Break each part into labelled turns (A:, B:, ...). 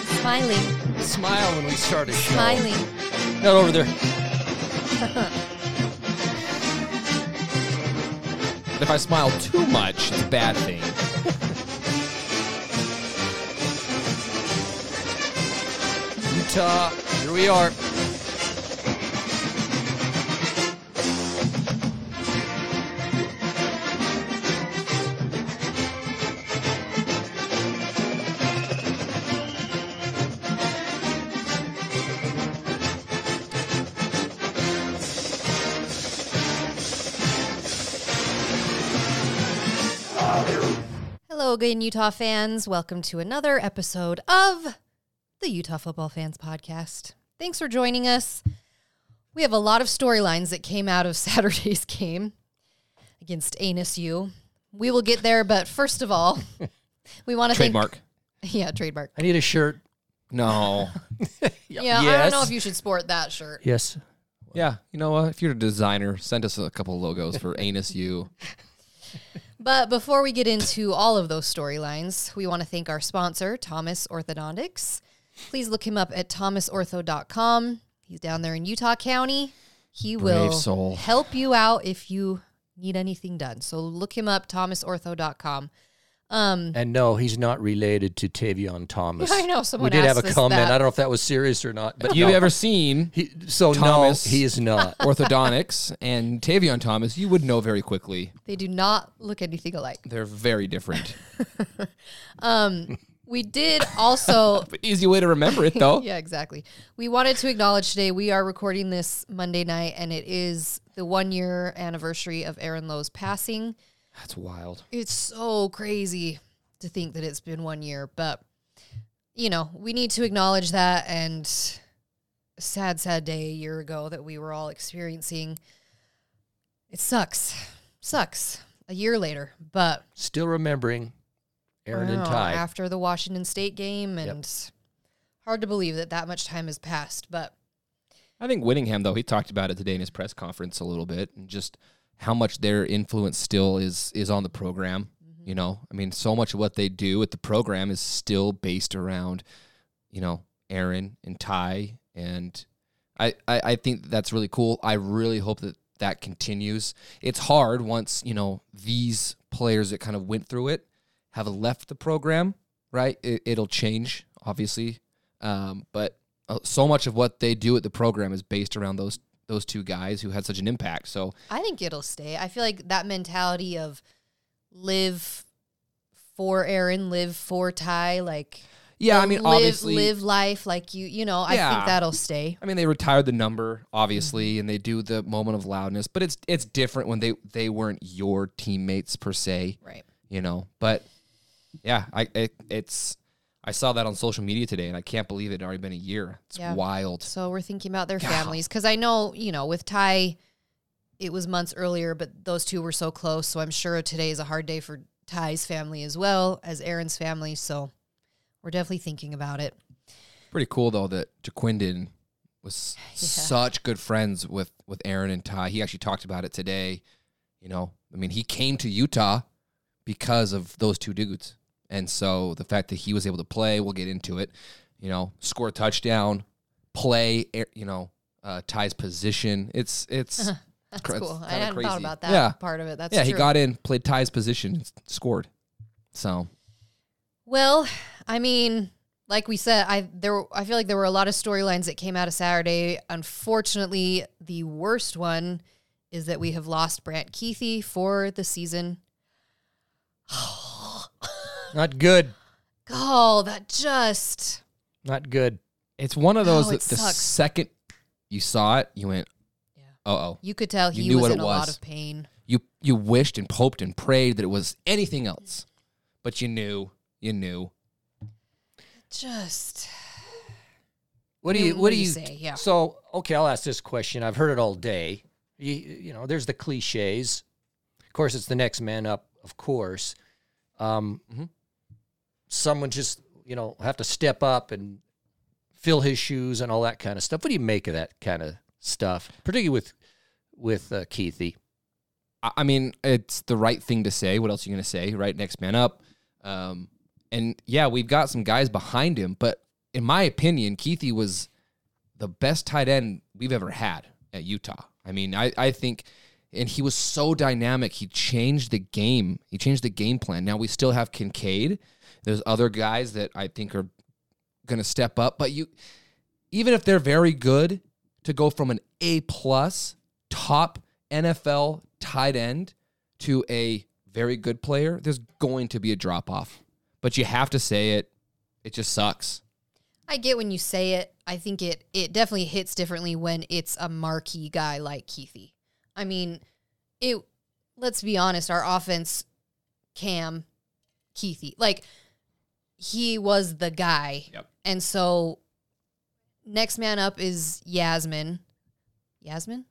A: Smiling.
B: Smile when we start a show.
A: Smiling.
B: Not over there.
C: But if I smile too much, it's a bad thing.
B: Utah, here we are.
A: Hello again, Utah fans. Welcome to another episode of the Utah Football Fans Podcast. Thanks for joining us. We have a lot of storylines that came out of Saturday's game against Anus U. We will get there, but first of all, we want to
C: Trademark.
A: Thank, yeah, trademark.
B: I need a shirt.
C: No.
A: Yeah, I don't know
B: Yes.
A: if you should sport that shirt.
B: Yes.
C: yeah, you know what? If you're a designer, send us a couple logos for Anus U.
A: But before we get into all of those storylines, we want to thank our sponsor, Thomas Orthodontics. Please look him up at thomasortho.com. He's down there in Utah County. He will
C: soul.
A: help you out if you need anything done. So look him up, thomasortho.com.
B: And no, he's not related to Tavion Thomas.
A: I know, someone
B: We did have
A: asked
B: a
A: us
B: comment.
A: that.
B: I don't know if that was serious or not. But
C: You've
B: no.
C: ever seen
B: He, so
C: Thomas-
B: no, he is not.
C: orthodontics and Tavion Thomas, you would know very quickly.
A: They do not look anything alike.
C: They're very different.
A: We did also
C: But easy way to remember it, though.
A: Yeah, exactly. We wanted to acknowledge today we are recording this Monday night and it is the 1 year anniversary of Aaron Lowe's passing.
C: That's wild.
A: it's so crazy to think that it's been one year, but you know, we need to acknowledge that and sad, sad day a year ago that we were all experiencing. It sucks. Sucks. A year later. But
B: Still remembering Aaron and
A: wow,
B: Ty.
A: after the Washington State game and hard to believe that that much time has passed, but
C: I think Whittingham, though, he talked about it today in his press conference a little bit, and just how much their influence still is is on the program. You know, I mean, so much of what they do with the program is still based around, you know, Aaron and Ty, and I I, I think that's really cool. I really hope that that continues. It's hard once you know these players that kind of went through it have left the program, right? It, it'll change, obviously, um, but uh, so much of what they do at the program is based around those those two guys who had such an impact. So
A: I think it'll stay. I feel like that mentality of live for Aaron, live for Ty, like
C: yeah, I mean,
A: live,
C: obviously,
A: live life like you you know i
C: Yeah.
A: think that'll stay
C: I mean, they retired the number,
A: Mm-hmm.
C: obviously, and they do the moment of loudness, but it's it's different when they they weren't your teammates per se,
A: right
C: you know. But yeah, I it, it's I saw that on social media today, and I can't believe it had already been a year. It's
A: Yeah.
C: wild.
A: so we're thinking about their families because i know you know with ty it was months earlier but those two were so close so i'm sure today is a hard day for ty's family as well as aaron's family so we're definitely thinking about it
C: Pretty cool though that Jaquindon was such good friends with with Aaron and Ty. He actually talked about it today. You know, I mean, he came to Utah because of those two dudes, and so the fact that he was able to play, we'll get into it. You know, score a touchdown, play. Aar- You know, uh, Ty's position. It's it's
A: that's
C: cra- it's
A: cool i
C: kinda
A: hadn't
C: crazy.
A: thought about that
C: Yeah.
A: part of it that's
C: yeah.
A: true.
C: He got in, played Ty's position, and s- scored. So
A: Well, I mean, like we said, I there were- I feel like there were a lot of storylines that came out of Saturday. Unfortunately, the worst one is that we have lost Brant Keithy for the season.
B: Not good.
A: Oh, that just
B: Not good.
C: it's one of those
A: Oh,
C: that
A: it
C: the
A: sucks.
C: second you saw it, you went,
A: Yeah.
C: "Oh oh."
A: you could tell
C: You
A: he
C: knew
A: was
C: what
A: in
C: it
A: a lot
C: was.
A: of pain.
C: you you wished and hoped and prayed that it was anything else, but you knew you knew.
A: Just
B: What do
A: mean,
B: you? What, do you?
A: say? Yeah.
B: So okay, I'll ask this question. I've heard it all day. You, you know, there's the cliches. Of course, it's the next man up. Of course, um,
C: Mhm.
B: someone just you know have to step up and fill his shoes and all that kind of stuff. What do you make of that kind of stuff, particularly with with uh, Keithy?
C: I, I mean, it's the right thing to say. What else are you gonna say? Right, next man up. Um, and yeah, we've got some guys behind him, but in my opinion, Keithy was the best tight end we've ever had at Utah. I mean, I, I think, and he was so dynamic. He changed the game. He changed the game plan. Now we still have Kincaid. There's other guys that I think are going to step up, but you, even if they're very good, to go from an A plus top NFL tight end to a very good player, there's going to be a drop off. But you have to say it. It just sucks.
A: I get when you say it. I think it it definitely hits differently when it's a marquee guy like Keithy. I mean, it. Let's be honest. Our offense, Cam, Keithy, like he was the guy,
C: Yep.
A: and so next man up is Yasmin. Yasmin?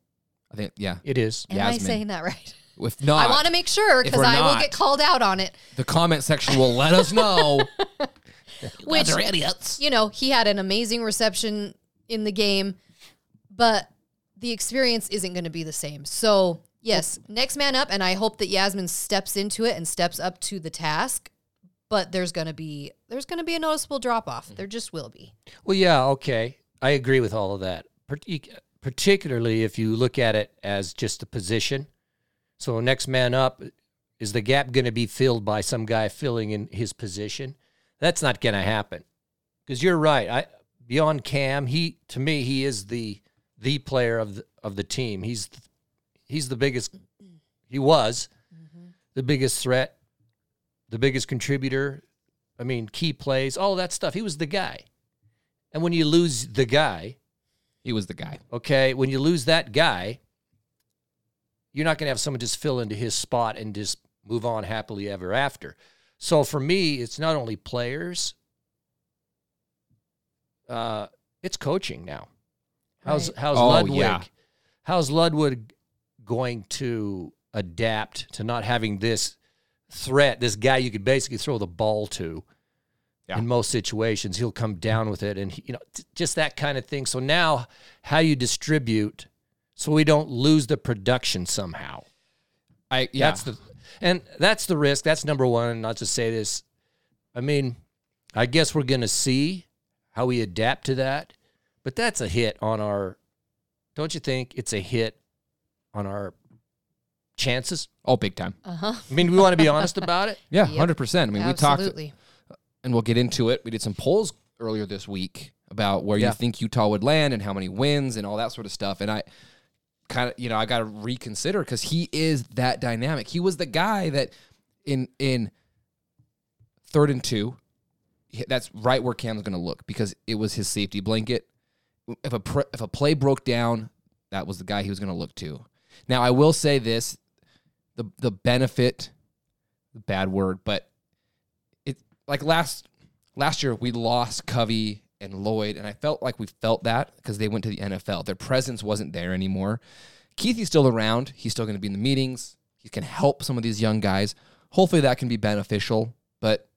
C: I think, yeah.
B: It is.
A: Am I
C: Yasmin.
A: saying that right?
C: If not,
A: I want to make sure
C: if
A: because
C: we're
A: I will
C: not-
A: get called out on it.
C: the comment section will let us know.
A: Which
C: They're idiots.
A: you know, he had an amazing reception in the game, but the experience isn't going to be the same. So, yes, next man up. And I hope that Yasmin steps into it and steps up to the task. But there's going to be there's going to be a noticeable drop off. There just will be.
B: Well, yeah, okay. I agree with all of that. Partic- Particularly if you look at it as just a position. So next man up is the gap going to be filled by some guy filling in his position? That's not going to happen. Cuz you're right. I beyond Cam, he to me he is the the player of the, of the team. He's he's the biggest he was the biggest threat, the biggest contributor. I mean, key plays, all that stuff. He was the guy. And when you lose the guy,
C: He was the guy.
B: okay, when you lose that guy, you're not going to have someone just fill into his spot and just move on happily ever after. So for me, it's not only players, uh, it's coaching now. How's
A: Right.
B: how's
C: Oh,
B: Ludwig?
C: yeah.
B: How's Ludwig going to adapt to not having this threat, this guy you could basically throw the ball to?
C: Yeah.
B: In most situations, he'll come down with it, and he, you know, t- just that kind of thing. So now, how you distribute so we don't lose the production somehow?
C: I yeah.
B: That's the and that's the risk. That's number one. Not to say this. I mean, I guess we're gonna see how we adapt to that. But that's a hit on our don't you think it's a hit on our chances?
C: oh big time.
A: Uh huh.
B: I mean, we want to be honest about it.
C: Yeah,
A: Yep.
C: hundred percent. I mean, we talked
A: Absolutely.
C: and we'll get into it. We did some polls earlier this week about where
B: Yeah.
C: you think Utah would land and how many wins and all that sort of stuff. And I kind of, you know, I got to reconsider because he is that dynamic. He was the guy that in in third and two, he- that's right where Cam's going to look because it was his safety blanket. If a pr- if a play broke down, that was the guy he was going to look to. Now I will say this: the the benefit, bad word, but it like last last year we lost Covey and Lloyd, and I felt like we felt that because they went to the NFL. Their presence wasn't there anymore. Keithy's still around. He's still going to be in the meetings. He can help some of these young guys. Hopefully that can be beneficial. But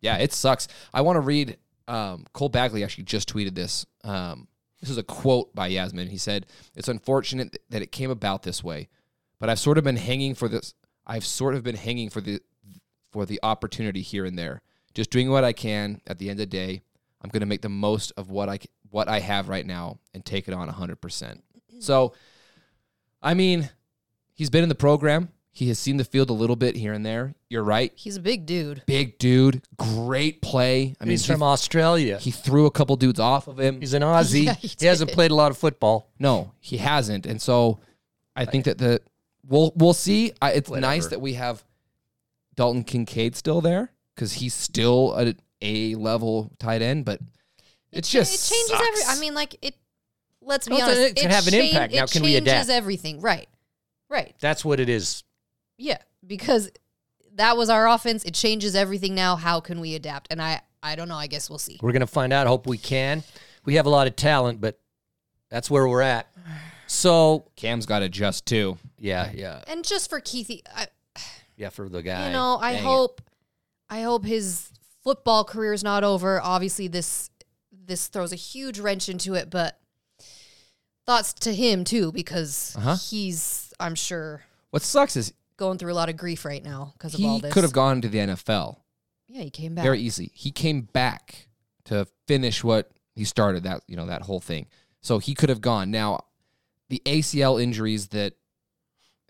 C: yeah, it sucks. I want to read. Um, Cole Bagley actually just tweeted this. Um, this is a quote by Yasmin. He said, "It's unfortunate that it came about this way, but I've sort of been hanging for this. I've sort of been hanging for the for the opportunity here and there. Just doing what I can. At the end of the day, I'm going to make the most of what I c- what I have right now and take it on 100%. So, I mean, he's been in the program. He has seen the field a little bit here and there. You're right.
A: He's a big dude.
C: Big dude, great play. I mean,
B: He's
C: he,
B: from Australia.
C: he threw a couple dudes off of him.
B: He's an Aussie.
A: Yeah, he
B: he, hasn't
A: did.
B: played a lot of football.
C: No, he hasn't. And so I think that the we'll we'll see. I, it's nice
B: Whatever.
C: that we have Dalton Kincaid still there because he's still a A level tight end, but it's just
A: it changes
C: sucks.
A: every. I mean, like it. Let's be
B: Well,
A: honest.
B: it can have an impact.
A: it
B: Now, can we
A: changes
B: adapt?
A: everything? Right. Right.
B: That's what it is.
A: Yeah, because that was our offense. It changes everything now. How can we adapt? And I, I don't know. I guess we'll see.
B: We're gonna find out. Hope we can. We have a lot of talent, but that's where we're at. So
C: Cam's got to adjust too.
B: yeah, yeah,
A: And just for Keithy, I,
B: yeah. For the guy,
A: you know, I
C: dang it.
A: hope, I hope his football career is not over. Obviously, this this throws a huge wrench into it, but thoughts to him too because
C: Uh-huh.
A: he's, I'm sure,
C: What sucks is
A: going through a lot of grief right now because of all
C: he
A: this.
C: could have gone to the NFL
A: yeah, he came back.
C: very easy. He came back to finish what he started that you know that whole thing. So he could have gone. Now, the ACL injuries that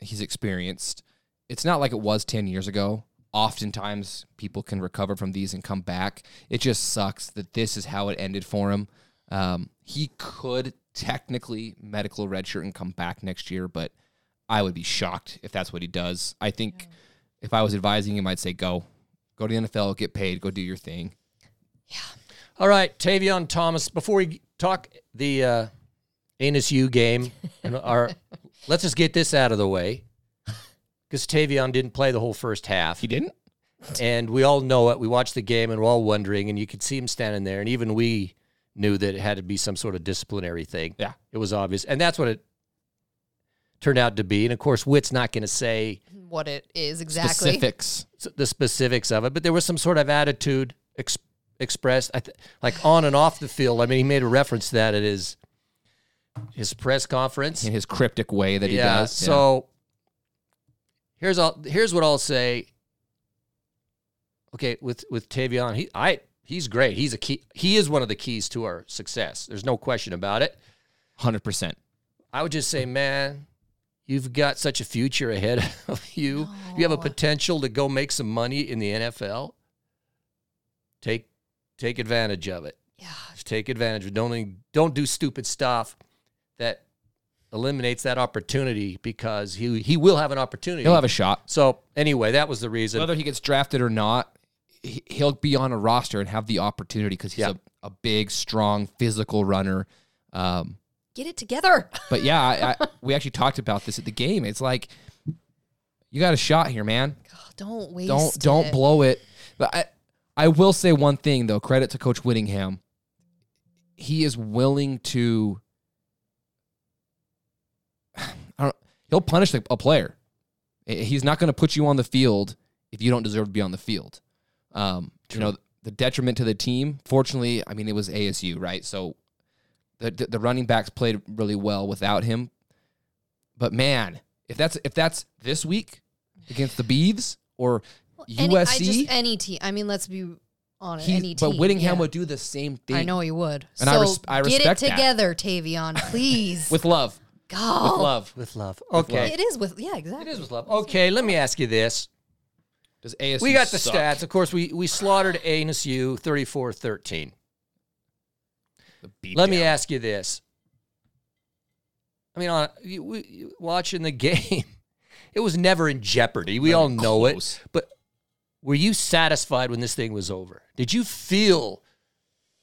C: he's experienced, it's not like it was 10 years ago. Oftentimes, people can recover from these and come back. It just sucks that this is how it ended for him. Um, he could technically medical redshirt and come back next year, but I would be shocked if that's what he does. I think if I was advising him, I'd say go, go to the NFL, get paid, go do your thing.
B: All right, Tavion Thomas. Before we talk the uh, NSU game, and our let's just get this out of the way because Tavion didn't play the whole first half,
C: He didn't.
B: and we all know it. We watched the game, and we're all wondering, and you could see him standing there, and even we knew that it had to be some sort of disciplinary thing.
C: Yeah.
B: it was obvious, and that's what it turned out to be. And of course, Witt's not going to say
A: What it is exactly.
C: Specifics.
B: s- the specifics of it, but there was some sort of attitude ex- expressed, I th- like on and off the field. I mean, he made a reference to that at his his press conference.
C: in his cryptic way that he does.
B: So here's all. Here's what I'll say. Okay, with with Tavion, he I he's great. He's a key. He is one of the keys to our success. There's no question about it.
C: hundred percent.
B: I would just say, man, you've got such a future ahead of you. You have a
A: No.
B: potential to go make some money in the NFL. Take take advantage of it.
A: yeah.
B: Just take advantage of it. Don't don't do stupid stuff that eliminates that opportunity because he he will have an opportunity.
C: He'll have a shot,
B: so anyway, that was the reason.
C: whether he gets drafted or not. he- He'll be on a roster and have the opportunity because he's
B: Yeah.
C: a, a big, strong, physical runner. Um,
A: Get it together.
C: but yeah, I, I, we actually talked about this at the game. It's like you got a shot here, man.
A: God, don't waste
C: Don't don't
A: it.
C: blow it. But I I will say one thing though. Credit to Coach Whittingham. He is willing to. I don't. He'll punish a player. I- Eh, He's not going to put you on the field if you don't deserve to be on the field. Um, you know the detriment to the team. Fortunately, I mean it was ASU, right? So the the the running backs played really well without him. But man, if that's if that's this week against the Beeves or
A: Any, I
C: USC,
A: just, any team. I mean, let's be honest.
C: E? he-
A: Any team.
C: but Whittingham
A: yeah.
C: would do the same thing.
A: I know he would.
C: And
A: so
C: I res- I respect
A: get it
C: that.
A: together, Tavion, please.
C: with love,
A: God,
C: with love.
B: with love. Okay.
A: it is with yeah, exactly.
B: It is with love. Okay, let me ask you this.
C: Does ASU?
B: We got the
C: suck?
B: stats. Of course, we we slaughtered ANSU 34-13.
C: The beat
B: Let me
C: down.
B: ask you this. I mean, on you, we, you- watching the game, it was never in jeopardy. We
C: Not
B: all
C: even
B: know
C: close.
B: it. But were you satisfied when this thing was over? Did you feel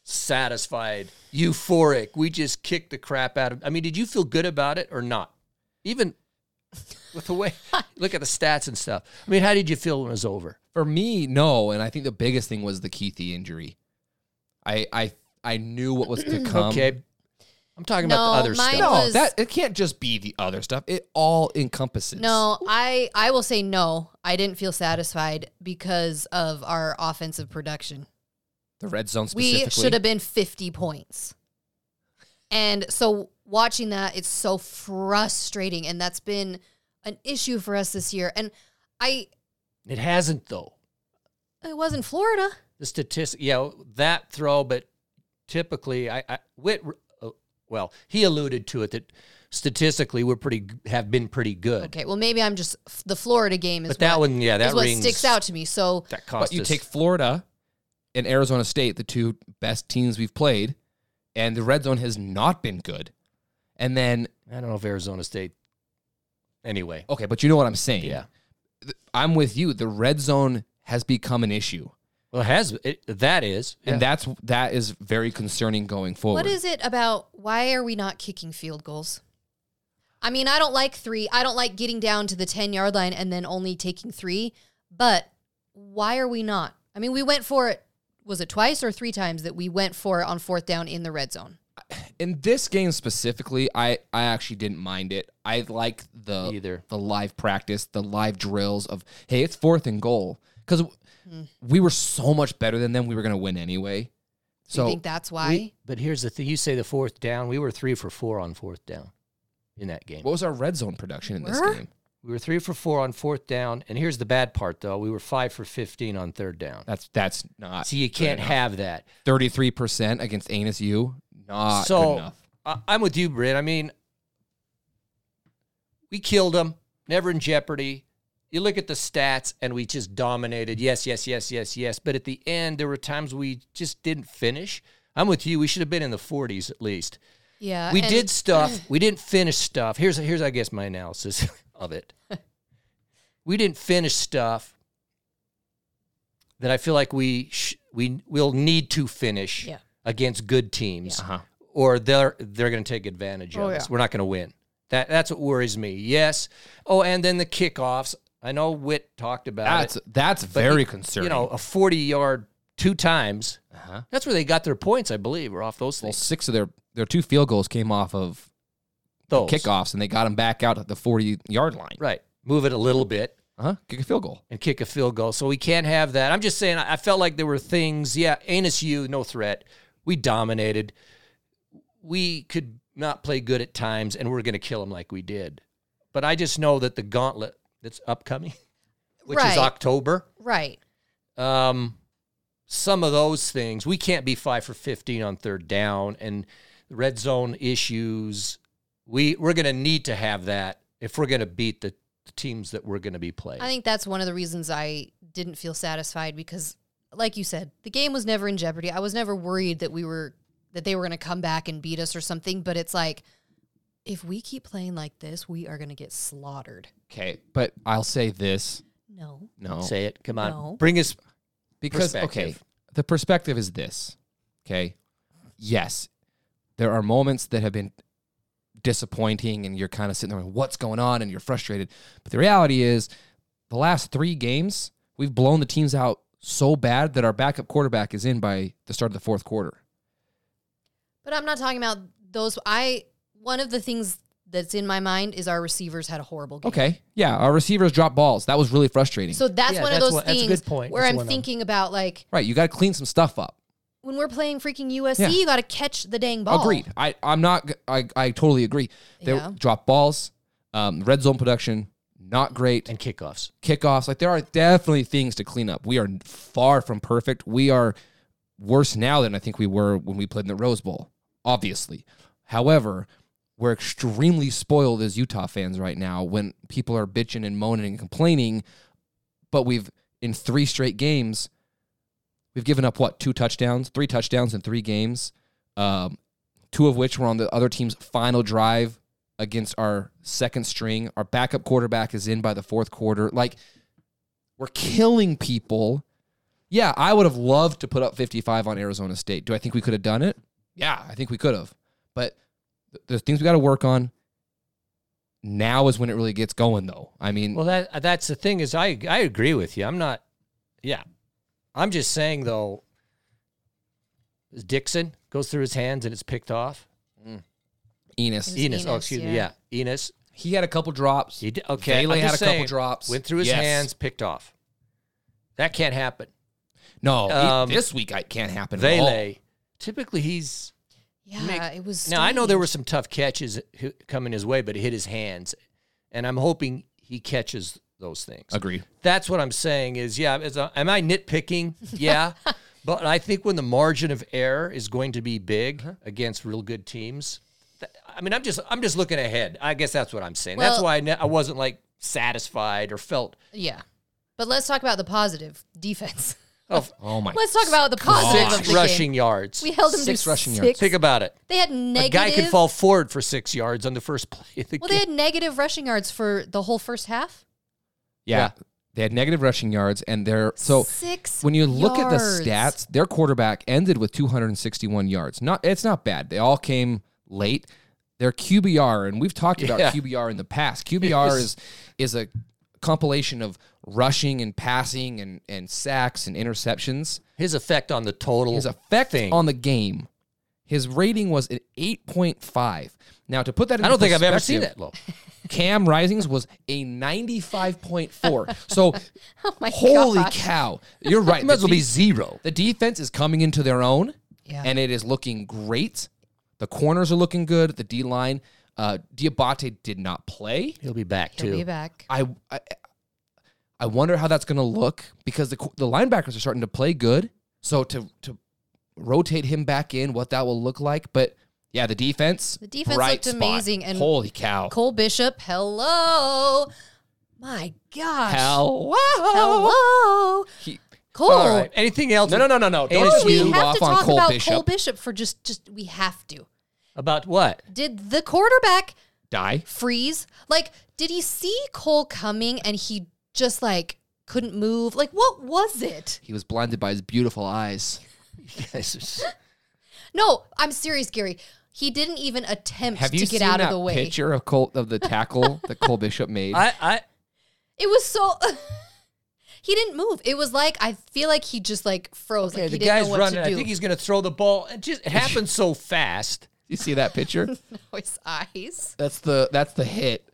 B: satisfied, euphoric? We just kicked the crap out of. I mean, did you feel good about it or not? Even with the way look at the stats and stuff. I mean, how did you feel when it was over?
C: For me, no, and I think the biggest thing was the Keithy injury. I I I knew what was to come.
B: Okay, I'm talking
A: No,
B: about the other
A: mine
B: stuff.
C: No,
A: was-
C: that it can't just be the other stuff. It all encompasses.
A: No, I I will say no. I didn't feel satisfied because of our offensive production.
C: the red zone specifically.
A: We should have been 50 points. And so watching that, it's so frustrating and that's been an issue for us this year. And I
B: It hasn't though.
A: it wasn't Florida.
B: the statistic, you know, that throw, but typically, I, I Witt, uh, well, he alluded to it that statistically we're pretty g- have been pretty good,
A: Okay, well maybe I'm just the Florida game is
B: but that
A: what,
B: one, yeah,
A: is
B: that
A: what
B: rings
A: sticks out to me. So
B: That cost
C: But you
B: us.
C: take Florida and Arizona State, the two best teams we've played, and the red zone has not been good. And then
B: I don't know if Arizona State. Anyway,
A: Oh,
C: okay, but you know what I'm saying.
B: Yeah.
C: Th- I'm with you. The red zone has become an issue.
B: well, it has it, that is,
C: And
B: yeah.
C: that's that is very concerning going forward.
A: What is it about why are we not kicking field goals? I mean, I don't like three. I don't like getting down to the 10 yard line and then only taking three, but why are we not? I mean, we went for it, was it twice or three times that we went for it on fourth down in the red zone?
C: in this game specifically, I I actually didn't mind it. I like the
B: Either.
C: the live practice, the live drills of hey, it's fourth and goal because we were so much better than them. We were going to win anyway.
A: So
C: So
A: Hmm. you think that's why?
B: We- but here's the thing: you say the fourth down, we were three for four on fourth down in that game.
C: what was our red zone production in this
A: Were?
C: game?
B: We were three for four on fourth down, and here's the bad part though: we were five for fifteen on third down.
C: That's that's
A: Uh,
C: not
B: So you can't have that.
C: thirty three percent against Anus U. Not Uh, good
B: so
C: enough.
B: I, I'm with you, Britt. I mean, we killed them, never in jeopardy. You look at the stats, and we just dominated. Yes, yes, yes, yes, yes. But at the end, there were times we just didn't finish. I'm with you. We should have been in the 40s at least.
A: Yeah.
B: we
A: Uh, and-
B: did stuff. We didn't finish stuff. Here's here's I guess my analysis of it. We didn't finish stuff that I feel like we sh- we will need to finish
A: Yeah.
B: against good teams,
C: Uh-huh.
B: or they're they're going to take advantage of
A: Oh,
B: us.
A: yeah.
B: We're not going to win. That that's what worries me. Yes. Oh, and then the kickoffs. I know Witt talked about
C: That's
B: it.
C: that's
B: but
C: very
B: you-
C: concerning.
B: You know, a forty yard two times.
C: uh-huh.
B: That's where they got their points, I believe, or off those
C: well,
B: things.
C: six of their their two field goals came off of
B: Those.
C: kickoffs, and they got them back out at the forty yard line.
B: Right. Move it a little bit.
C: Uh huh. Kick a field goal.
B: and kick a field goal. So we can't have that. I'm just saying, I I felt like there were things. Yeah, anus you, no threat. We dominated. We could not play good at times, and we're going to kill them like we did. But I just know that the gauntlet that's upcoming, which
A: Right.
B: is October,
A: Right.
B: um, some of those things we can't be five for 15 on third down and red zone issues. We we're going to need to have that if we're going to beat the, the teams that we're going to be playing.
A: I think that's one of the reasons I didn't feel satisfied because, like you said, the game was never in jeopardy. I was never worried that we were that they were going to come back and beat us or something. But it's like, if we keep playing like this, we are going to get slaughtered.
C: Okay, but I'll say this.
A: No,
C: No,
B: Say it. Come on.
A: No.
B: Oh. Bring us.
C: because okay,
B: perspective.
C: the perspective is this. Okay, yes, there are moments that have been disappointing, and you're kind of sitting there, what's going on, and you're frustrated. But the reality is, the last three games, we've blown the teams out so bad that our backup quarterback is in by the start of the fourth quarter.
A: but I'm not talking about those. I one of the things that's in my mind is our receivers had a horrible game.
C: Okay, yeah, our receivers drop balls. That was really frustrating.
A: So that's
B: Yeah,
A: one of
B: that's
A: those
B: one- that's a
A: things
B: good point.
A: where
B: That's
A: I'm
B: one of them.
A: thinking about like
C: right, you got to clean some stuff up.
A: when we're playing freaking USC,
C: Yeah.
A: you got to catch the dang ball.
C: Agreed. I I'm not. g- I I totally agree. They
A: Yeah.
C: drop balls. Um, red zone production not great.
B: And kickoffs.
C: Kickoffs like there are definitely things to clean up. We are far from perfect. We are worse now than I think we were when we played in the Rose Bowl. Obviously, however. We're extremely spoiled as Utah fans right now when people are bitching and moaning and complaining, but we've in three straight games We've given up what two touchdowns, three touchdowns in three games, um, two of which were on the other team's final drive against our second string. Our backup quarterback is in by the fourth quarter. Like we're killing people. Yeah, I would have loved to put up 55 on Arizona State. Do I think we could have done it? Yeah, I think we could have. But th- there's things we got to work on. Now is when it really gets going, though. I mean,
B: Well, that that's the thing is I I agree with you. I'm not. Yeah, I'm just saying though. Dixon goes through his hands and it's picked off.
C: Enos,
A: It was
B: Enos, oh
A: Enos,
B: excuse me,
A: yeah.
B: yeah, Enos.
C: he had a couple drops.
B: He did, okay,
C: Vele
B: I'm
C: had
B: just
C: a couple
B: saying,
C: drops.
B: Went through his
C: Yes.
B: hands, picked off. That can't happen.
C: No, it-
B: Um,
C: this week I can't happen. at all.
B: Vele, typically he's
A: Yeah,
B: Make-
A: it was.
B: Now I know there
A: strange.
B: were some tough catches h- coming his way, but it hit his hands, and I'm hoping he catches those things.
C: Agreed.
B: That's what I'm saying. Is yeah, is, uh, am I nitpicking? Yeah, but I think when the margin of error is going to be big against real good teams, th- I mean, I'm just I'm just looking ahead. I guess that's what I'm saying. that's
A: Well-
B: why I, ne- I wasn't like satisfied or felt.
A: Yeah. But let's talk about the positive defense.
B: Oh,
C: Oh my!
A: let's talk about the positive of
B: six
A: the
B: rushing
A: game.
B: yards.
A: We held them
C: Six
A: to
C: rushing
A: six.
C: yards.
B: Think about it.
A: They had
B: A
A: negative.
B: guy could fall forward for six yards on the first play. Of the
A: Well,
B: game.
A: they had negative rushing yards for the whole first half.
C: yeah.
B: Yeah.
C: they had negative rushing yards, and they're so.
A: six.
C: When you look at the
A: yards.
C: stats, their quarterback ended with 261 yards. Not it's not bad. They all came late. Their QBR, and we've talked about
B: Yeah.
C: QBR in the past. QBR is is a compilation of rushing and passing and and sacks and interceptions.
B: his effect on the total
C: his effect
B: thing.
C: on the game. His rating was an 8.5. Now to put that, in
B: I don't think I've ever seen
C: perspective,
B: that low.
C: Cam Risings was a 95.4. So,
A: Oh my
C: holy
A: gosh.
C: cow. You're right.
B: Might as
C: The,
B: well be
C: de-
B: zero.
C: the defense is coming into their own,
A: Yeah.
C: and it is looking great. The corners are looking good. The D line. Uh, Diabate did not play.
B: He'll be back
A: He'll
B: too.
A: be back.
C: I, I I wonder how that's going to look because the qu- the linebackers are starting to play good. So to to rotate him back in, what that will look like. But yeah, the defense.
A: The defense
C: bright
A: looked
C: spot.
A: amazing, and-
C: holy cow!
A: Cole Bishop, hello. My gosh.
C: Hell,
A: Hello.
C: He-
A: Cole.
B: All right. Anything else?
C: no, no, no, no, no!
B: Oh,
C: Don't
A: We
C: you
A: have to
C: off on
A: talk
C: Cole
A: about
C: Bishop?
A: Cole Bishop for just just we have to.
B: About what?
A: Did the quarterback
C: Die.
A: freeze? Like, did he see Cole coming and he just like couldn't move? Like, what was it?
C: He was blinded by his beautiful eyes.
B: You guys
A: No, I'm serious, Gary. He didn't even attempt
C: Have
A: to
C: you
A: get
C: seen
A: out
C: that
A: of the way.
C: picture of Cole of the tackle that Cole Bishop made?
B: are- I, I,
A: It was so. he didn't move. It was like I feel like he just like froze.
B: okay,
A: like he
B: the
A: didn't
B: guy's
A: know what
B: running.
A: to do.
B: I think he's going to throw the ball. It just it happens so fast.
C: you see that picture?
A: No, his eyes.
C: That's the that's the hit.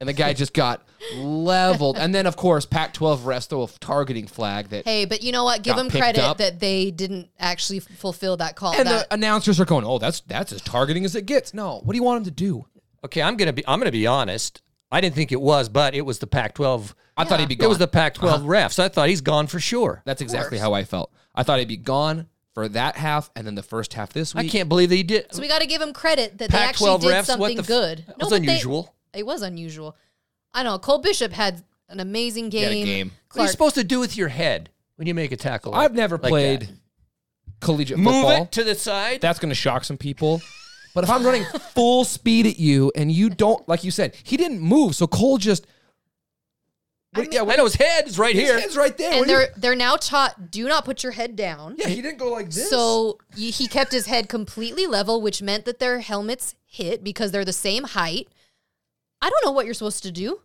C: And the guy just got leveled. And then of course Pac-12 rest throw a targeting flag that
A: Hey, but you know what? Give
C: Got
A: him
C: picked
A: credit
C: up.
A: that they didn't actually fulfill that call.
C: and
A: that,
C: the announcers are going, "Oh, that's that's as targeting as it gets." No, what do you want him to do?
B: Okay, I'm gonna be. I'm gonna be honest. I didn't think it was, but it was the Pac-12.
C: I thought he'd be
B: It
C: gone. Uh-huh.
B: was the Pac-12 refs. I thought he's gone for sure.
C: that's exactly how I felt. I thought he'd be gone for that half and then the first half this
B: I
C: week.
B: can't believe that he did.
A: so we got to give him credit that they actually
B: Pac-12
A: did
B: refs. What
A: something
B: the f-
A: good.
B: That
A: No,
B: was
A: but they-
B: unusual.
A: it was unusual. I know. Cole Bishop had an amazing game.
C: had a game.
B: what are you
A: Clark,
B: supposed to do with your head when you make a tackle? like-
C: I've never
B: like that?
C: played collegiate
B: Move
C: football.
B: it to the side.
C: that's going to shock some people. But if I'm running full speed at you and you don't, like you said, he didn't move. So Cole just,
B: What- yeah, I know his head is right here.
C: his head's right there. What
A: and
C: do you-
A: they're they're now taught do not put your head down.
C: yeah, he didn't go like this.
A: So y- he kept his head completely level, which meant that their helmets hit because they're the same height. I don't know what you're supposed to do.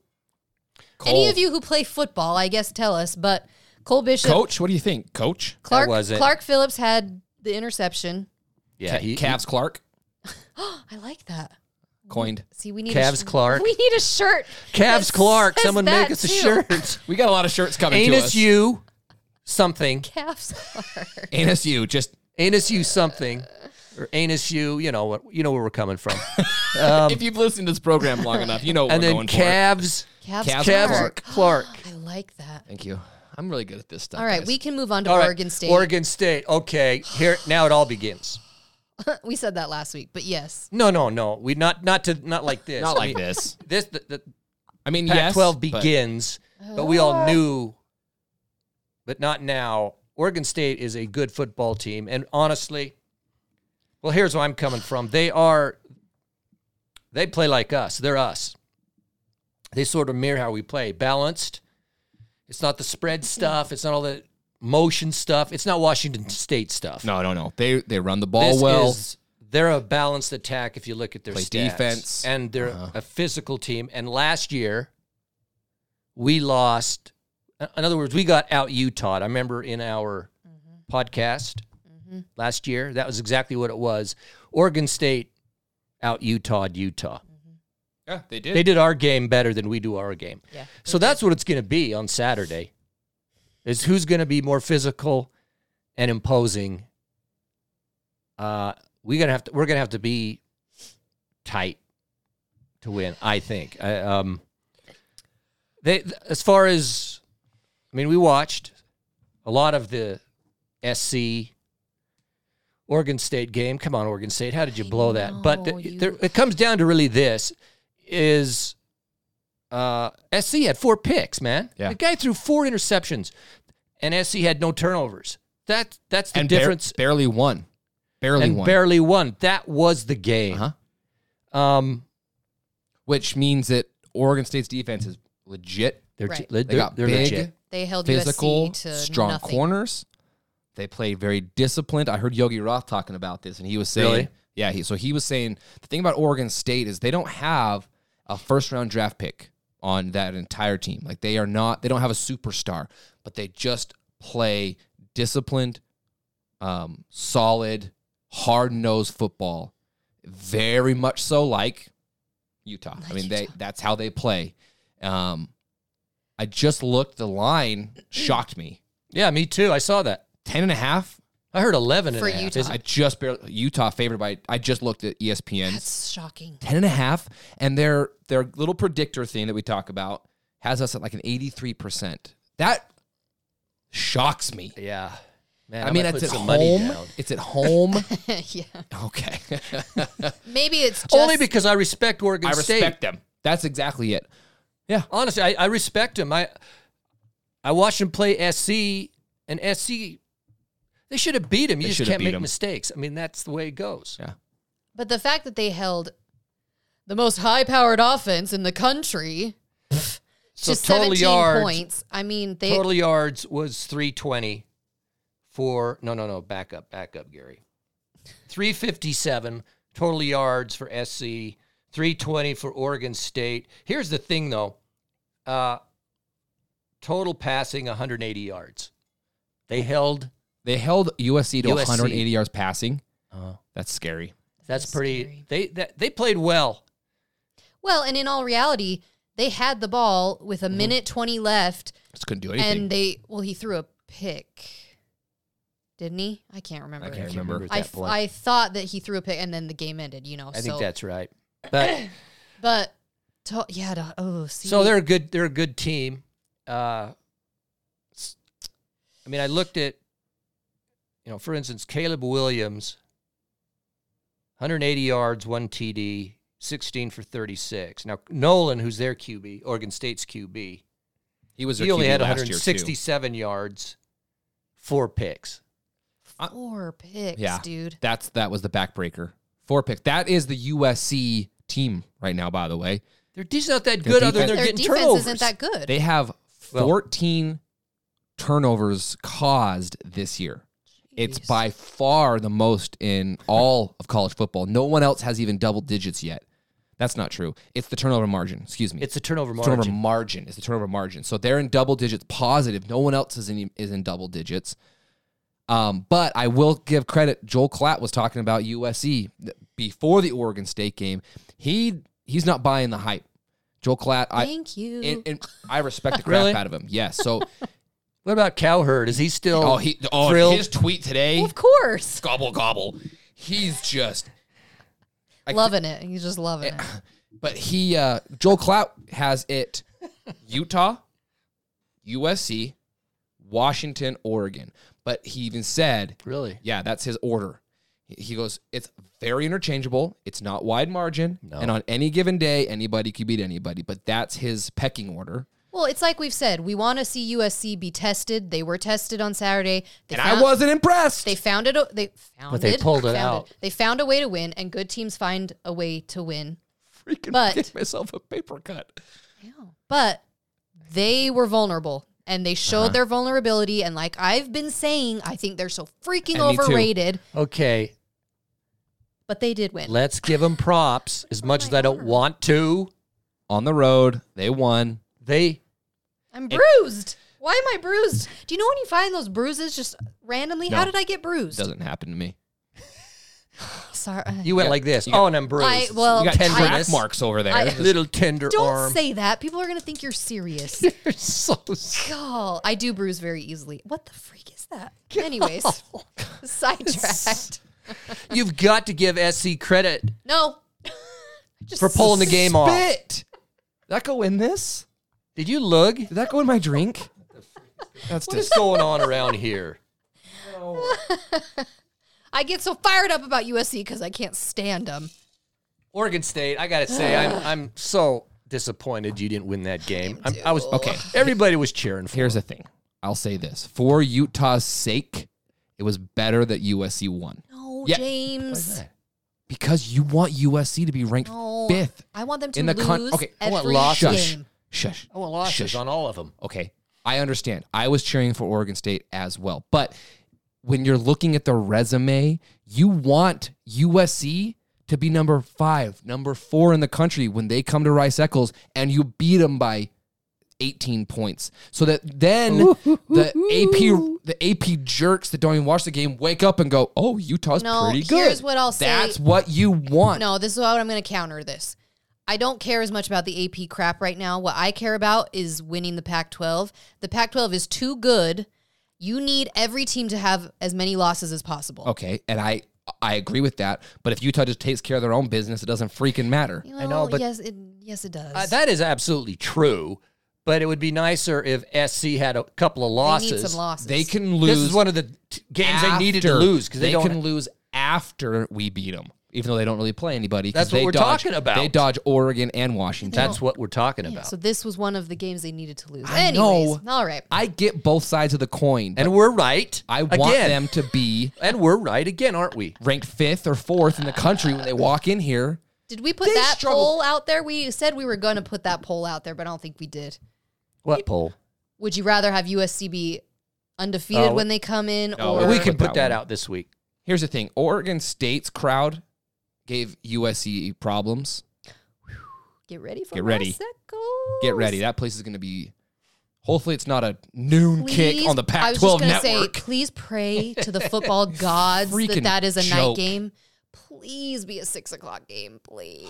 A: Any
C: Cole.
A: of you who play football, I guess, tell us. But Cole Bishop,
C: Coach, what do you think, Coach?
A: Clark,
B: was it.
A: Clark Phillips had the interception.
B: yeah, he, he,
C: Cavs Clark
A: I like that.
C: coined.
A: See, we need
B: Cavs
A: a sh-
B: Clark.
A: We need a shirt.
B: Cavs
A: that
B: Clark.
A: says
B: Someone
A: that
B: make us a
A: too.
B: shirt.
C: We got a lot of shirts coming to
B: Anus
C: us.
B: you something.
A: Cavs Clark.
C: Anus you, just
B: Anus you something. Or anus you, you know what you know where we're coming from.
C: if you've listened to this program long enough, you know what
B: And
C: we're
B: then
C: going for.
B: Cavs
A: Cavs,
C: Cavs
A: Clark.
B: Cavs Clark.
A: I like that.
C: Thank you. I'm really good at this stuff.
A: All right,
C: guys.
A: we can move on to
B: All right,
A: Oh, Oregon State.
B: Oregon State. Okay. Here now it all begins.
A: we said that last week, but yes.
B: No, no, no. We not not to not like this.
C: not
B: I
C: like
B: mean,
C: this.
B: this the, the
C: I mean,
B: Pac
C: yes,
B: twelve
C: but
B: begins, but, we all knew but not now. Oregon State is a good football team and honestly well here's where I'm coming from. They are they play like us. They're us. They sort of mirror how we play. Balanced. It's not the spread stuff. It's not all the motion stuff. It's not Washington State stuff.
C: No, no, no. They they run the ball
B: This
C: well.
B: is- they're a balanced attack if you look at their
C: Play
B: stats.
C: defense. Uh-huh.
B: and they're a physical team. And last year, we lost. In other words, we got out Utah. I remember in our podcast last year, that was exactly what it was. Oregon State out Utah'd Utah.
C: yeah, they did.
B: They did our game better than we do our game.
A: Yeah.
B: So that's what it's going to be on Saturday. Is who's going to be more physical and imposing? Uh, we're gonna have to. We're gonna have to be tight to win. I think. I, um, they th- as far as I mean, we watched a lot of the SC Oregon State game. Come on, Oregon State, how did you
A: I
B: blow that? But
A: know,
B: th- there-
A: you-
B: it comes down to really this is uh, SC had four picks, man.
C: Yeah.
B: The guy threw four interceptions, and SC had no turnovers. That that's the
C: and bar-
B: difference,
C: barely won. Barely
B: and
C: won.
B: barely won. That was the game.
C: Uh-huh.
B: Um,
C: which means that Oregon State's defense is legit.
B: they're
A: Right.
B: they're,
C: They got
B: they're
C: big,
B: legit.
A: They held
C: physical,
A: USC to
C: strong
A: nothing.
C: corners. They play very disciplined. I heard Yogi Roth talking about this, and he was saying,
B: Really?
C: "Yeah." He, so he was saying the thing about Oregon State is they don't have a first round draft pick on that entire team. Like they are not. They don't have a superstar, but they just play disciplined, um, solid, hard nosed football. Very much so like Utah. I mean, they that's how they play. Um, I just looked. The line shocked me.
B: Yeah, me too. I saw that.
C: Ten and a half.
B: I heard 11 and
A: For
B: a half.
A: Utah.
B: Is it-
C: I just barely Utah favored by. I just looked at E ESPN.
A: That's shocking.
C: 10 and a half and their their little predictor thing that we talk about has us at like an 83% that shocks me
B: Yeah. Man,
C: i
B: I'm
C: mean
B: gonna
C: it's
B: put
C: at
B: some money
C: home
B: down.
C: it's at home
A: yeah.
C: okay
A: Maybe it's just
B: Only because I respect
C: i
B: Oregon State.
C: respect them that's exactly it
B: Honestly, I, I respect him. I I watched him play SC, and SC, they should have beat him. You
C: They should
B: just
C: have
B: can't
C: beat
B: make
C: him.
B: mistakes. I mean, that's the way it goes.
C: yeah
A: But the fact that they held the most high powered offense in the country
B: So
A: to
B: total
A: 17
B: yards,
A: points, I mean, they.
B: total yards was 320 for no, no, no, back up, back up, Gary. 357 total yards for SC, 320 for Oregon State. Here's the thing though. Uh total passing 180 yards. They held
C: they held usc to
B: USC.
C: 180 yards passing that's scary
B: That's pretty.
A: scary.
B: They that, they played well.
A: Well, and in all reality, they had the ball with a
B: Mm-hmm.
A: minute 20 left,
C: just couldn't do anything
A: and they. Well, he threw a pick, didn't he? I can't remember.
C: I can't remember.
A: I, f- I thought that he threw a pick, and then the game ended, you know. so,
B: I think that's right. But
A: But, to, yeah, to- oh, see.
B: so they're a good they're a good team. Uh, s- I mean, I looked at you know, for instance, Caleb Williams, 180 yards, one TD, 16 for 36. Now Nolan, who's their QB, Oregon State's QB,
C: he was their
B: he only
C: QB
B: had
C: last year, too.
B: 167 yards, four picks.
A: four picks,
C: Yeah.
A: dude.
C: That's that was the backbreaker. Four picks. That is the USC team right now. By the way,
B: Their defense not that good, other than
C: defense-
B: they're
A: Their
B: getting
A: defense
B: turnovers.
A: isn't that good.
C: they have
B: Well-
C: 14 turnovers caused this year. It's
A: Jeez.
C: by far the most in all of college football. No one else has even double digits yet. That's not true. It's the turnover margin. Excuse me.
B: It's a turnover
C: It's
B: margin.
C: turnover margin. It's the turnover margin. So they're in double digits positive. No one else is in is in double digits. Um, but I will give credit. Joel Klatt was talking about USC th- before the Oregon State game. He he's not buying the hype. Joel Klatt, I
A: Thank you.
C: and, and I respect the crap
B: Really?
C: out of him. Yes. So
B: What about Cowherd? Is he still?
C: oh he oh
B: thrilled?
C: his tweet today
A: Well, of course.
C: gobble gobble. He's just I-
A: loving it. He's just loving it.
C: But he uh Joel Klatt has it Utah, USC, Washington, Oregon. But he even said,
B: really?
C: yeah, that's his order. He- He goes, it's very interchangeable. It's not wide margin. And on any given day, anybody could beat anybody. But that's his pecking order.
A: Well, it's like we've said, we want to see USC be tested. They were tested on Saturday. They
C: And
A: found,
C: I wasn't impressed.
A: They found it. They found
B: But they pulled it out.
A: They found a way to win, and good teams find a way to win.
C: freaking
A: but-
C: gave myself a paper cut.
A: But they were vulnerable, and they showed
C: Uh-huh.
A: their vulnerability. And like I've been saying, I think they're so freaking
C: And me too.
A: overrated.
B: Okay,
A: But they did win.
B: let's give him props. As much as I don't want to,
C: On the road, they won.
B: they
A: I'm bruised. Why am I bruised? Do you know when you find those bruises just randomly? How
C: No.
A: did I get bruised? Oh,
C: Doesn't happen to me.
A: Sorry.
B: you went like this.
C: you got-
B: oh, and I'm bruised.
A: I- well,
C: You got
A: Tenderness.
C: track marks over there.
A: I-
B: little tender
A: Don't
B: arm.
A: say that. People are gonna think you're serious.
B: You're so s-
A: Y'all, I do bruise very easily. What the freak is that? Anyways, sidetracked.
B: You've got to give SC credit
A: No. Just
B: for pulling the game off.
C: Spit. Did that go in this?
B: Did you look?
C: Did that go in my drink? That's
B: What is going on around here?
A: I get so fired up about USC because I can't stand them.
B: Oregon State. I gotta say, I'm I'm so disappointed you didn't win that game. I'm, I was okay. Everybody was cheering for.
C: Here's the thing. I'll say this for Utah's sake, it was better that USC won
A: No,
C: Yeah.
A: James.
C: because you want USC to be ranked
A: No.
C: fifth
A: I want them to
C: in the
A: lose
C: country. Okay, Oh,
A: every
C: I want losses.
A: game. Oh,
C: Shush, shush.
B: I want losses
C: Shush.
B: on all of them.
C: Okay, I understand. I was cheering for Oregon State as well, but when you're looking at the resume, you want USC to be number five, number four in the country when they come to Rice Eccles, and you beat them by 18 points so that then the AP the AP jerks that don't even watch the game wake up and go, "Oh, Utah's
A: No,
C: pretty good."
A: here's what I'll say.
C: That's what you want.
A: No, this is how I'm going to counter this. I don't care as much about the AP crap right now. What I care about is winning the Pac 12. The Pac 12 is too good. You need every team to have as many losses as possible.
C: Okay, and I I agree with that. But if Utah just takes care of their own business, it doesn't freaking matter.
A: You
B: I know, but-
A: yes, it yes it does.
B: Uh, that is absolutely true, but it would be nicer if SC had a couple of
A: they
B: losses.
A: need some losses.
C: They can lose.
B: This is one of the t- games they needed to
C: after-
B: lose because they, don't.
C: can lose after we beat them, even though they don't really play anybody. 'cause
B: That's what
C: they
B: we're
C: dodge-
B: talking about.
C: They dodge Oregon and Washington.
B: that's what we're talking
A: Yeah,
B: about.
A: so this was one of the games they needed to lose.
C: I
A: Anyways,
C: know.
A: all right.
C: I get both sides of the coin, and
B: and we're right.
C: I want
B: again.
C: them to be
B: And we're right again, aren't we?
C: ranked fifth or fourth in the country when they walk in here.
A: Did we put
C: They
A: that
C: struggled.
A: poll out there? We said we were going to put that poll out there, but I don't think we did.
B: What poll?
A: Would you rather have USC be undefeated
B: Oh,
A: when they come in,
C: no,
A: or
B: we can
C: Put
B: put
C: that
B: that
C: one.
B: out this week.
C: Here's the thing: Oregon State's crowd gave USC problems.
A: get ready for
C: Get ready.
A: Bicycles?
C: Get ready. That place is going to be. Hopefully, it's not a noon kick
A: Please-
C: on the
A: I was just
C: Pac-12
A: gonna
C: network.
A: Say, please pray to the football gods that
C: Freaking
A: that is a night
C: joke.
A: game. Please be a six o'clock game, please.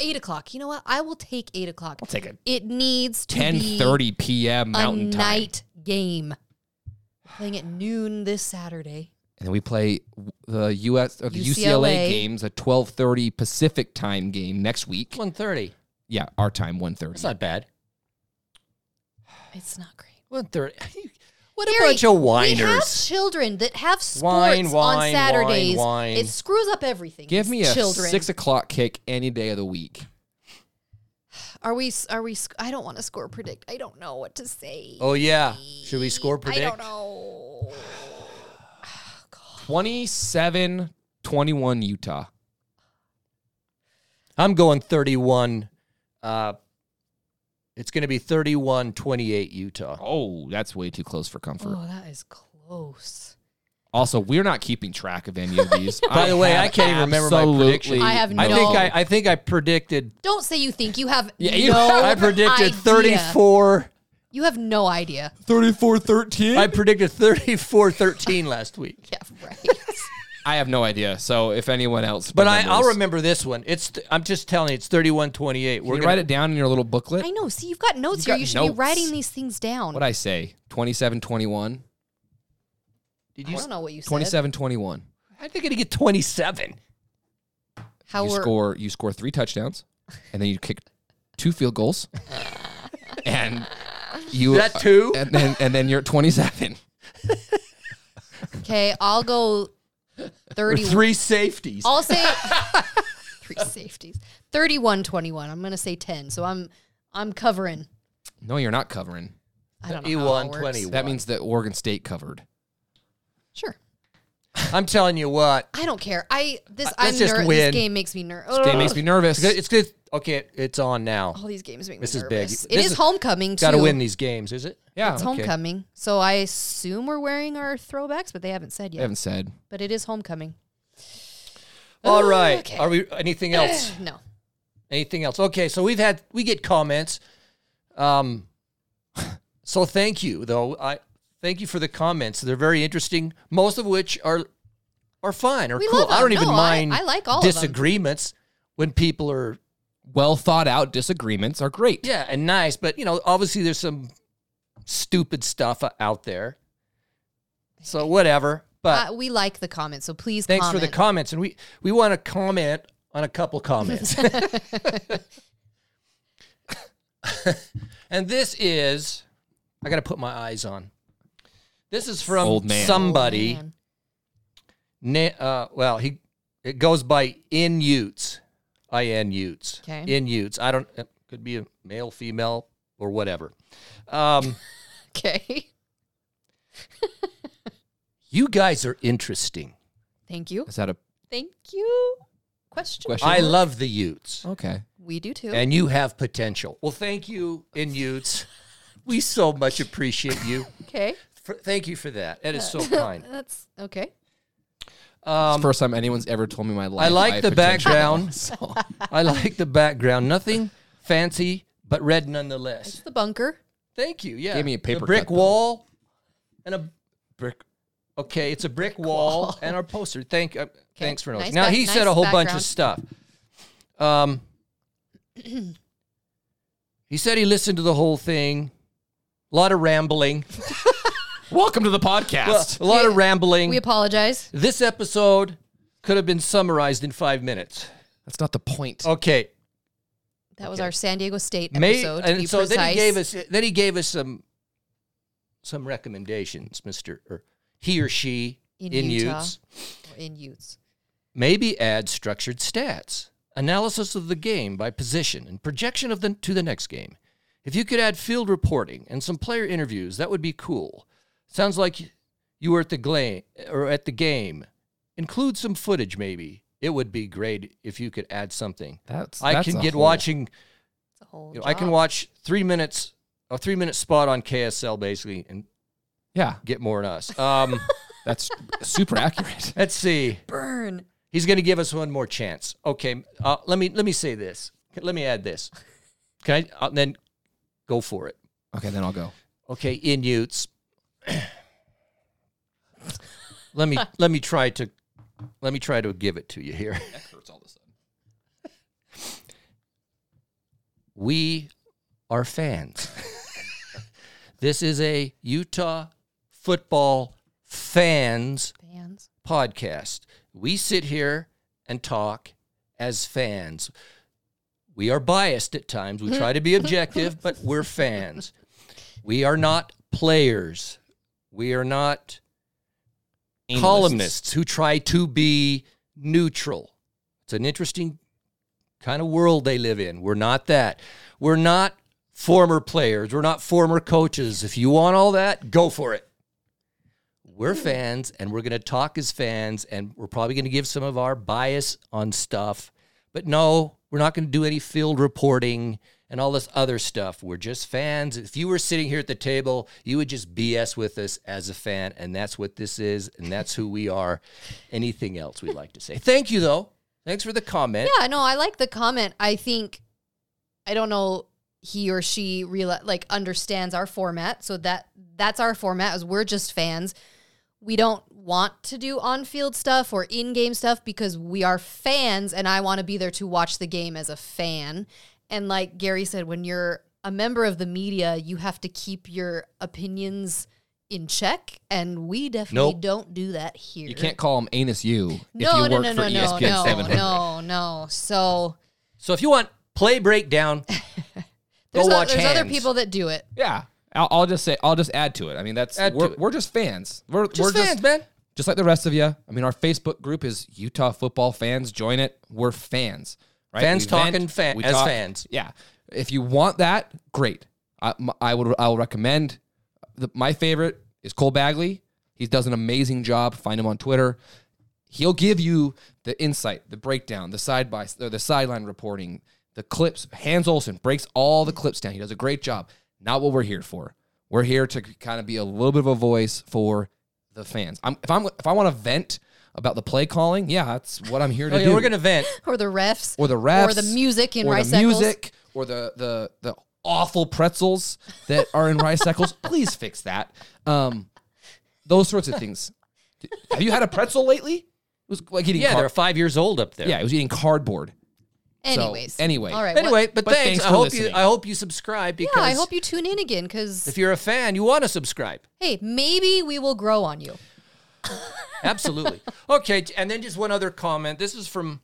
A: Eight o'clock. You know what? I will take eight o'clock. I'll
C: take it.
A: It needs to
C: Ten
A: be
C: thirty p.m.
A: a
C: Mountain Time,
A: night game. We're playing at noon this Saturday.
C: and then we play the U.S. or the UCLA,
A: UCLA.
C: games a twelve thirty Pacific Time game next week.
B: One thirty.
C: Yeah, our time one
B: That's
C: thirty.
B: not bad.
A: It's not great.
B: One thirty. What
A: Gary,
B: a bunch of
A: We have
B: whiners.
A: children that have sports
B: Wine,
A: on
B: wine,
A: Saturdays.
B: wine, wine.
A: It screws up everything.
C: Give me a
A: children.
C: six o'clock kick any day of the week.
A: Are we? Are we? sc- I don't want to score predict. I don't know what to say.
B: Oh yeah. Should we score predict?
A: I don't know.
C: 27 21 Utah.
B: I'm going 31. Uh, it's going to be 31 28 Utah.
C: Oh, that's way too close for comfort.
A: Oh, that is close.
C: Also, we're not keeping track of any of these.
B: By the way, I can't even remember my
C: absolutely
B: prediction.
A: I have
B: I
A: no-
B: think I, I think I predicted
A: Don't say you think you have
C: Yeah, you-
A: no.
B: I predicted
A: idea.
B: 34
A: You have no idea.
C: 34 13.
B: I
C: I,
B: predicted 34 13 last week.
A: Yeah, right.
C: I have no idea. So if anyone else.
B: But I, I'll
C: remembers-
B: remember this one. It's th- I'm just telling you it's 31 28. We're
C: You
B: gonna,
C: write it down in your little booklet.
A: I know. See, you've got notes
C: You've
A: here.
C: got
A: you should be
C: notes.
A: writing these things down.
C: What'd I say? 27 21.
B: Did
A: I
B: you
A: don't know what you said.
C: 27 21.
B: How are they going to get 27?
A: How
C: you
A: were
C: score you score three touchdowns and then you kick two field goals and you
B: Is that two?
C: Uh, and then and then you're at 27
A: okay? I'll go
B: Or
A: thirty.
B: three safeties.
A: I'll say three safeties. Thirty-one, twenty-one. I'm gonna say ten. So I'm I'm covering.
C: no you're not covering
A: I don't know. How it works.
B: 31-21.
C: that means that Oregon State covered
A: Sure.
B: I'm telling you what.
A: I don't care. I this I'm
B: Uh, Let's just
A: ner-
B: win.
A: this game makes me nervous.
C: it makes me nervous
B: It's good. Okay, it's on now.
A: All these games make me
B: This is big.
A: nervous. It
B: This
A: is
B: is-
A: homecoming too.
B: Got to win these games, is it?
C: yeah
A: It's
C: okay.
A: homecoming, so I assume we're wearing our throwbacks, but they haven't said
C: I
A: yet.
C: haven't said
A: But it is homecoming.
B: All right.
A: Oh, okay.
B: Are we anything else?
A: No,
B: anything else? Okay, so we've had we get comments. Um so thank you though. I thank you for the comments. They're very interesting, most of which are are fine or
A: We
B: cool.
A: love
B: I don't
A: them.
B: even
A: No, I-
B: mind
A: I like all of them.
B: disagreements when people are
C: well thought out disagreements are great
B: yeah, and nice, but you know, obviously there's some stupid stuff out there. So whatever. But
A: uh, we like the comments, so please.
B: Thanks for the
A: comment.
B: comments, and we we want to comment on a couple comments. and this is, I got to put my eyes on. This is from
C: Old man.
A: Oh,
B: somebody.
A: man.
B: na- uh, well, he it goes by in Utes, I N Utes,
A: Okay.
B: in Utes. I don't it could be a male, female, or whatever. Um,
A: Okay,
B: you guys are interesting.
A: thank you,
C: is that a
A: thank you. Question.
C: Question.
B: I love the Utes.
C: okay
A: We do too.
B: and you have potential. Well, thank you, in Utes. We so much appreciate you.
A: okay,
B: For, thank you for that. That is so kind.
A: that's okay.
C: it's the first time anyone's ever told me my life
B: I like
C: have
B: the
C: potential.
B: background.
C: So,
B: I like the background. Nothing fancy, but red nonetheless.
A: It's the bunker.
B: Thank you. Yeah.
C: Give me a paper
B: A brick
C: cut, though.
B: wall and a brick. Okay, it's a brick, wall, and our poster. Thank. Uh, Thanks for noticing.
A: Nice
B: now
A: back-
B: he said a
A: nice
B: whole bunch
A: background.
B: of stuff. Um, he said he listened to the whole thing. A lot of rambling.
C: Welcome to the
B: Well,
C: podcast.
B: a lot of rambling.
A: We apologize.
B: this episode could have been summarized in five minutes.
C: That's not the point.
B: Okay,
A: That was our San Diego State
B: May,
A: episode. to be
B: and so then he
A: precise.
B: gave us then he gave us some some recommendations, Mister or he or she
A: In
B: in,
A: Utah.
B: Utes.
A: in Utes.
B: Maybe add structured stats, analysis of the game by position, and projection of the to the next game. If you could add field reporting and some player interviews, that would be cool. Sounds like you were at the gla- or at the game. Include some footage, maybe. It would be great if you could add something.
C: That's,
B: I
C: that's
B: can
C: a
B: get
C: whole-
B: watching
A: It's a whole.
B: you know, I can
A: job.
B: watch three minutes, a three minute spot on KSL basically, and
C: Yeah,
B: get more on us. Um,
C: that's super accurate.
B: let's see.
A: burn.
B: He's going to give us one more chance. Okay, uh, let me let me say this. Let me add this. Can I uh, then go for it?
C: Okay, then I'll go.
B: Okay, Inuits. let me let me try to let me try to give it to you here.
C: That hurts all of a sudden.
B: we are fans. this is a Utah football fans
A: Fans.
B: podcast. We sit here and talk as fans. We are biased at times. We try to be objective, but we're fans. We are not players. We are not columnists who try to be neutral. It's an interesting kind of world they live in. We're not that. We're not former players. We're not former coaches. If you want all that, go for it. We're fans and we're going to talk as fans and we're probably going to give some of our bias on stuff. But no, we're not going to do any field reporting and all this other stuff. We're just fans. If you were sitting here at the table, you would just BS with us as a fan. And that's what this is. And that's who we are. Anything else we'd like to say? Thank you, though. Thanks for the comment.
A: Yeah, no, I like the comment. I think I don't know he or she real like understands our format. So that that's our format is we're just fans. We don't want to do on-field stuff or in-game stuff because we are fans and I want to be there to watch the game as a fan. And like Gary said when you're a member of the media, you have to keep your opinions in check and we definitely
B: Nope.
A: don't do that here.
C: You can't call them anus you if
A: no,
C: you
A: no,
C: work
A: no,
C: for E
B: E
A: no, no,
C: ESPN
A: no,
C: 700.
A: no, no. So
B: So if you want play breakdown,
A: There's,
B: go
A: o-
B: watch
A: there's other
B: Hands.
A: people that do it.
C: Yeah. I'll, I'll just say I'll just add to it. I mean that's
B: Add to
C: we're,
B: it.
C: we're just fans. We're
B: Just
C: we're
B: fans,
C: just
B: man.
C: just like the rest of you. I mean our Facebook group is Utah football fans. Join it. We're fans, right?
B: Fans
C: We
B: talking fan-
C: we
B: as fans.
C: Yeah. If you want that, great. I, m- I would I will recommend. The, my favorite is Cole Bagley. He does an amazing job. Find him on Twitter. He'll give you the insight, the breakdown, the side by or the sideline reporting, the clips. Hans Olsen breaks all the clips down. He does a great job. Not what we're here for. We're here to kind of be a little bit of a voice for the fans. I'm, if I'm if I want to vent about the play calling, yeah, that's what I'm here to
B: Oh, yeah,
C: do
B: we're gonna vent.
A: Or the refs.
C: or the refs,
A: Or the music in
C: or
A: Rice
C: the music, or the the the awful pretzels that are in Rice Eccles. Please fix that. Um, those sorts of things. Have you had a pretzel lately? It was like eating.
B: Yeah,
C: car-
B: they're five years old up there.
C: yeah, it was eating cardboard.
A: Anyways.
C: anyway.
A: All right. what-
B: Anyway, but,
C: But
B: thanks.
C: thanks
B: I
C: for
B: hope you.
C: listening.
B: I hope you subscribe because
A: yeah, I hope you tune in again because,
B: if you're a fan, you want to subscribe.
A: hey, maybe we will grow on you.
B: Absolutely. okay, and then just one other comment. This is from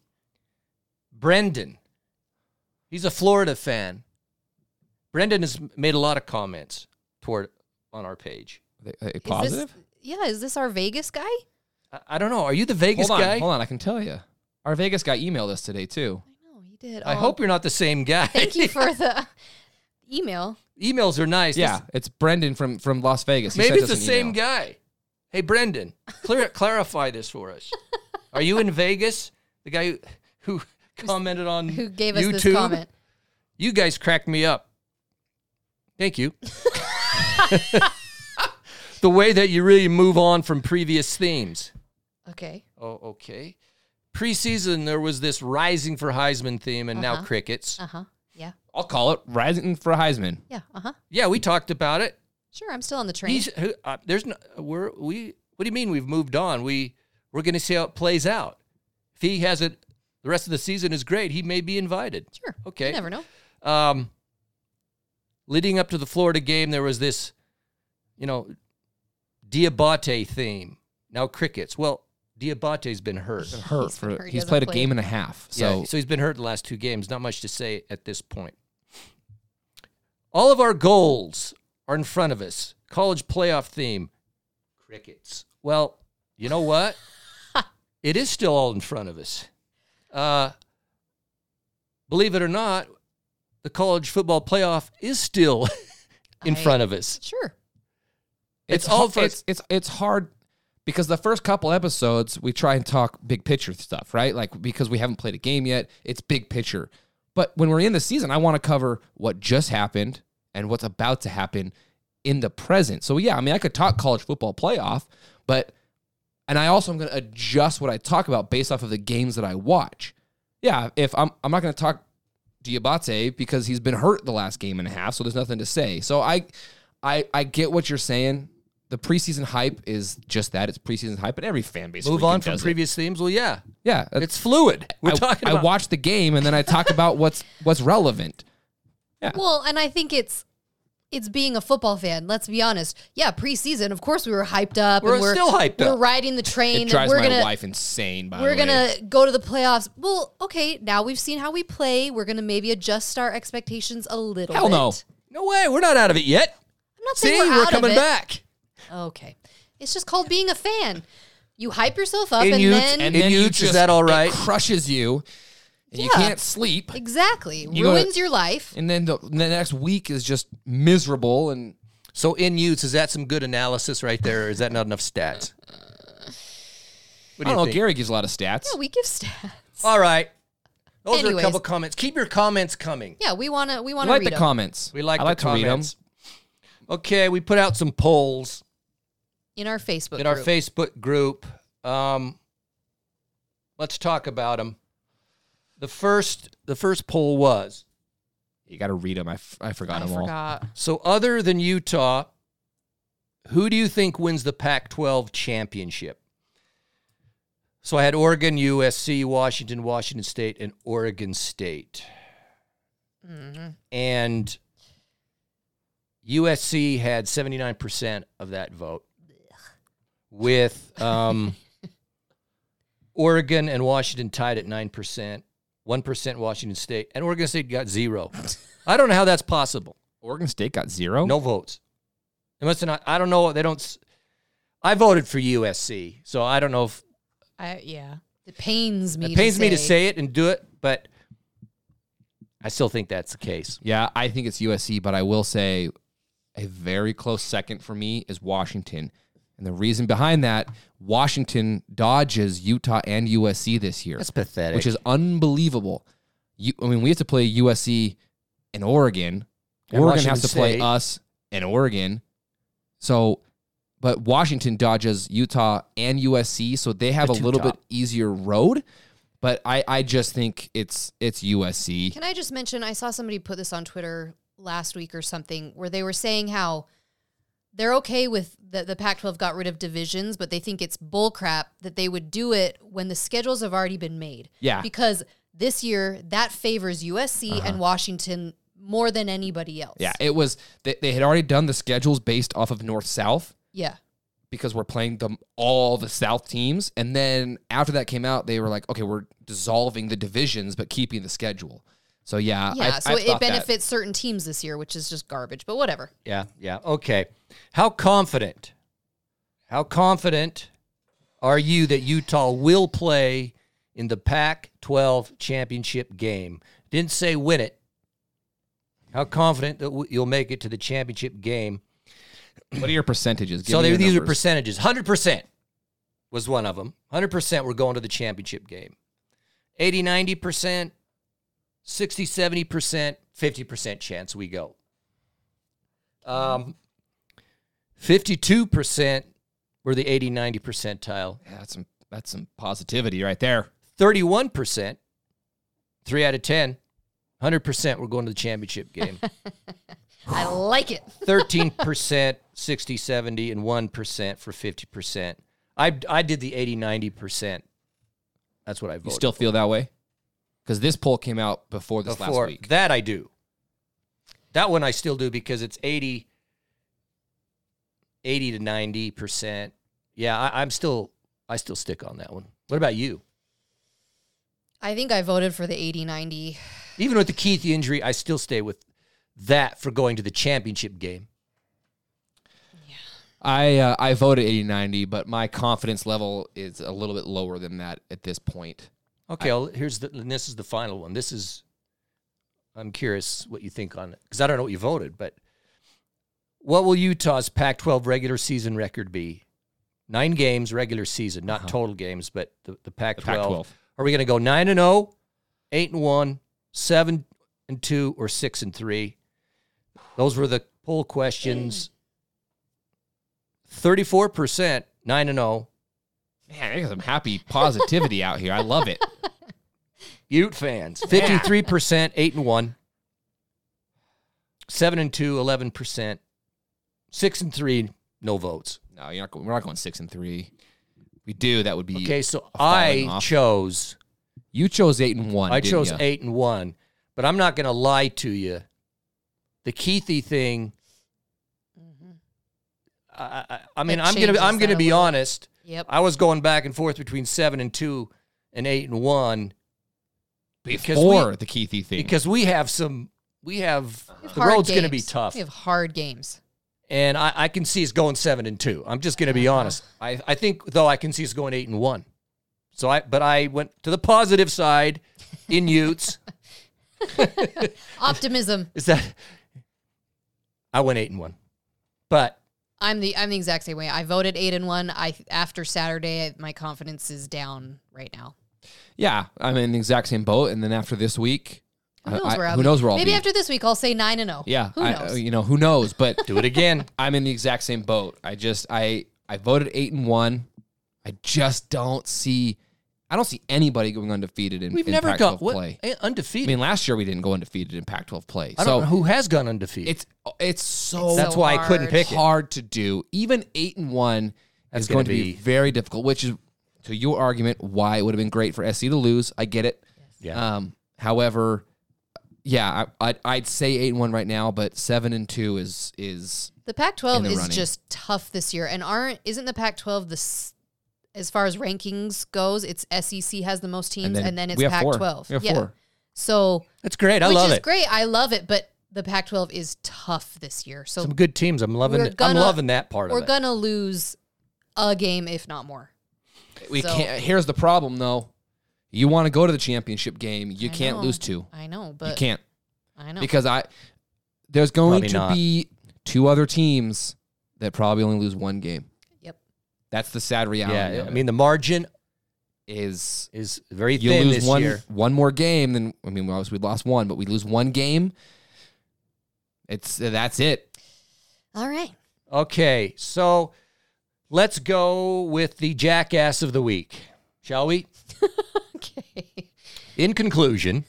B: Brendan. He's a Florida fan. Brendan has made a lot of comments toward on our page.
C: A, a
A: Is
C: positive.
A: This, yeah, is this our Vegas guy?
B: I, I don't know. Are you the Vegas
C: hold on,
B: guy?
C: hold on. I can tell you. Our Vegas guy emailed us today too.
A: No, he did.
B: I
A: Oh,
B: hope you're not the same guy.
A: Thank you for the email.
B: Emails are nice.
C: Yeah, it's Brendan from from Las Vegas. He
B: Maybe
C: sent
B: it's the
C: us an
B: same
C: email.
B: guy. Hey, Brendan, clear, clarify this for us. Are you in Vegas? The guy who, who commented on
A: Who gave us
B: YouTube?
A: this comment?
B: You guys cracked me up. Thank you. the way that you really move on from previous themes.
A: Okay.
B: Oh, okay. Preseason, there was this rising for Heisman theme, and now
A: Uh-huh.
B: crickets.
A: Uh huh. Yeah.
C: I'll call it Rising for Heisman.
A: Yeah. Uh huh.
B: Yeah, we talked about it.
A: Sure. I'm still on the train.
B: He's, who- uh, there's no, we're, we. What do you mean we've moved on? We we're going to see how it plays out. If he has it, the rest of the season is great. He may be invited.
A: sure.
B: Okay.
A: You never know.
B: Um, leading up to the Florida game, there was this, you know, Diabate theme. Now crickets. Well, Diabate's been hurt.
C: hurt
A: He's been
C: for
A: hurt. He
C: he's
A: hasn't
C: played a
A: played.
C: game and a half.
B: So,
C: So
B: so he's been hurt the last two games. Not much to say at this point. All of our goals are in front of us. College playoff theme crickets. Well, you know what? it is still all in front of us. Uh, believe it or not, the college football playoff is still in
A: I-
B: front of us.
A: Sure.
B: It's all
C: har-
B: for-
C: it's, it's it's hard because the first couple episodes we try and talk big picture stuff, right? Like because we haven't played a game yet, it's big picture. But when we're in the season, I want to cover what just happened and what's about to happen in the present. So yeah, I mean, I could talk college football playoff, but and I also am going to adjust what I talk about based off of the games that I watch. Yeah, if I'm I'm not going to talk Diabate because he's been hurt the last game and a half, so there's nothing to say. So I, I, I get what you're saying. The preseason hype is just that. It's preseason hype, and every fan base
B: Move
C: freaking
B: on from
C: does it.
B: previous themes. Well, yeah,
C: Yeah, that's-
B: it's fluid. We're
C: I,
B: talking
C: I
B: about
C: watch the game and then I talk about what's what's relevant.
A: Well, and I think it's it's being a football fan. Let's be honest. Yeah, preseason, of course, we were hyped up.
B: We're
A: and we're
B: still hyped
A: We're
B: up.
A: riding the train.
C: It
A: that
C: drives
A: we're
C: my
A: gonna
C: wife insane. By
A: we're
C: the way,
A: gonna go to the playoffs. Well, okay, now we've seen how we play. We're gonna maybe adjust our expectations a little.
C: hell
A: bit.
C: no.
B: no way. We're not out of it yet.
A: I'm not
B: See,
A: saying we're,
B: we're
A: out
B: coming
A: of it.
B: back.
A: Okay, it's just called being a fan. You hype yourself up,
B: And
A: and
B: you-
A: then
B: and- In Utes, is that all
C: it
B: right?
C: crushes you, and you
A: Yeah.
C: can't sleep.
A: exactly
C: You gotta-
A: ruins your life.
C: And then the, the next week is just miserable. And
B: So in use, is that some good analysis right there, or is that not enough stats? What
C: I
B: do you
C: don't know.
B: think?
C: Gary gives a lot of stats.
A: Yeah, we give stats.
B: All right. Those are a
A: Anyways.
B: couple comments. Keep your comments coming.
A: Yeah, we wanna we
C: I
A: wanna
C: like
A: read
C: the
A: 'em.
C: comments.
B: We like,
C: I like
B: the
C: to read 'em.
B: comments. Okay, we put out some polls
A: in our Facebook.
B: in our
A: group.
B: Facebook group. Um, let's talk about them. The first, the first poll was
C: You got to read them. I, f- I forgot
A: I
C: them all.
A: forgot.
B: so other than Utah, who do you think wins the Pac 12 championship? So I had Oregon, USC, Washington, Washington State, and Oregon State. And USC had 79% of that vote, with um, Oregon and Washington tied at 9%, 1% Washington State, and Oregon State got zero. I don't know how that's possible.
C: Oregon State got zero.
B: No votes. They must have not. I don't know. They don't. s- I voted for USC, so I don't know if
A: I, yeah, it pains me.
B: it pains
A: to
B: me to say it and do it, but I still think that's the case.
C: Yeah, I think it's USC, but I will say a very close second for me is Washington. And the reason behind that, Washington dodges Utah and USC this year,
B: That's pathetic.
C: which is unbelievable. You, I mean, we have to play USC and Oregon.
B: And
C: Oregon
B: Washington
C: has to play
B: State.
C: us and Oregon. So, but Washington dodges Utah and USC, so they have
B: The
C: a
B: two
C: little
B: top.
C: bit easier road. But I, I just think it's it's USC.
A: Can I just mention? I saw somebody put this on Twitter last week or something where they were saying how they're okay with the, the Pac 12 got rid of divisions, but they think it's bullcrap that they would do it when the schedules have already been made.
C: Yeah. Uh-huh.
A: Because this year, that favors USC and Washington more than anybody else.
C: Yeah, it was they, they had already done the schedules based off of north south
A: Yeah.
C: because we're playing them all the south teams and then after that came out they were like okay we're dissolving the divisions but keeping the schedule. So yeah, I-
A: Yeah.
C: I
A: so it
C: thought that.
A: benefits certain teams this year, which is just garbage, but whatever.
B: yeah, yeah. Okay. How confident? How confident are you that Utah will play in the Pac-12 championship game? Didn't say win it. How confident that w- you'll make it to the championship game?
C: What are your percentages? Give
B: so
C: me
B: they,
C: your
B: these are
C: numbers.
B: percentages. Hundred percent was one of them. Hundred percent were going to the championship game. 80, 90 percent, 60, 70 percent, 50 percent chance we go. Um, 52 percent were the 80, 90 percentile.
C: Yeah, that's some that's some positivity right there.
B: 31 percent, three out of 10, 100 percent were going to the championship game.
A: I like it.
B: 13% 60 70 and 1% for 50% i, I did the 80 90% that's what i voted
C: You still feel that way? Because this poll came out before this
B: before
C: last week.
B: that i do that one i still do because it's 80 80 to 90 percent. Yeah, I, I'm still I still stick on that one. What about you?
A: I think I voted for the 80 90.
B: Even with the Keith injury, I still stay with that for going to the championship game.
C: I uh, I voted 80 90, but my confidence level is a little bit lower than that at this point.
B: Okay, well, here's the and this is the final one. This is I'm curious what you think on it because I don't know what you voted, but what will Utah's Pac-12 regular season record be? Nine games regular season, not total games, but the, the Pac-12.
C: Pac-12.
B: Are we going to go nine and zero, eight and one, seven and two, or six and three? Those were the poll questions. Thirty-four percent nine and oh, zero.
C: Man, there's some happy positivity out here. I love it.
B: Ute fans. 53%, 8 and 1. 7 and 2, 11%. 6 and 3, no votes.
C: No, you're not, go- we're not going six and three. We do. That would be
B: Okay, so
C: falling
B: I
C: off.
B: chose
C: You chose eight and one.
B: I
C: didn't
B: chose
C: ya?
B: 8 and 1, but I'm not going to lie to you. The Keithy thing I, I, I mean,
A: It
B: I'm going
A: changes
B: to I'm going
A: Mm-hmm. that
B: to
A: a
B: be
A: little.
B: honest.
A: Yep.
B: I was going back and forth between 7 and 2 and 8 and 1 because
C: before
B: we
C: the Keithy thing.
B: because we have some we have
A: We have
B: the
A: hard
B: road's going to
A: games.
B: be tough.
A: We have hard games.
B: and I, I can see us going seven and two. I'm just going to be
A: Uh-huh.
B: honest. I, I think though I can see us going eight and one. So I but I went to the positive side in Utes.
A: Optimism.
B: Is that I went eight and one, but
A: I'm the I'm the exact same way. I voted eight and one. I after Saturday, my confidence is down right now.
C: yeah, I'm in the exact same boat. And then after this week,
A: Who knows
C: I,
A: where I'll
C: who
A: be?
C: knows where I'll
A: Maybe
C: be.
A: after this week, I'll say nine and zero.
C: yeah,
A: Who
C: I- oh,
A: knows?
C: you know, who knows? But
B: do it again.
C: I'm in the exact same boat. I just I I voted eight and one. I just don't see. I don't see anybody going undefeated in,
B: We've
C: in
B: never
C: Pac-12
B: gone what,
C: play.
B: eh,
C: I
B: undefeated. I,
C: mean, last year we didn't go undefeated in Pac-12 play.
B: don't
C: so
B: know who has gone undefeated.
C: it's it's so
A: It's
B: That's
A: so
B: why I couldn't
A: hard.
B: pick it.
C: hard to do. Even eight and one
B: That's
C: is going to
B: gonna
C: be,
B: be-
C: very difficult. Which is to your argument why it would have been great for SC to lose. I get it.
B: Yeah.
C: Um, however, yeah, I, I'd, I'd say eight and one right now, but seven and two is is
A: the Pac-12
C: in the
A: is
C: running.
A: just tough this year, and aren't isn't the Pac-12 the s- as far as rankings goes? It's SEC has the most teams, and then, it's
C: we have four.
A: Pac-12.
C: We have
A: yeah.
C: four.
A: So
B: That's great. I
A: which
B: love
A: is
B: it.
A: great. I love it, but the Pac-12 is tough this year. So
B: Some good teams. I'm loving.
A: We're
B: it.
A: gonna-
B: I'm loving that part of
A: we're
B: it.
A: gonna lose a game, if not more.
C: We
A: So-
C: can't. Here's the problem, though. You want to go to the championship game. You
A: I
C: can't
A: know.
C: lose two.
A: I know,
C: You
A: but
C: can't
A: I know.
C: because I. There's going
B: Probably
C: to
B: not.
C: be two other teams that probably only lose one game.
A: yep.
C: That's the sad reality.
B: yeah,
C: of
B: I
C: it,
B: mean the margin
C: is
B: is very
C: you
B: thin
C: lose
B: this
C: one
B: year.
C: one more game. Then I mean, obviously we lost one, but we lose one game. It's that's it.
A: All right.
B: Okay, so let's go with the jackass of the week, shall we?
A: Okay.
B: In conclusion,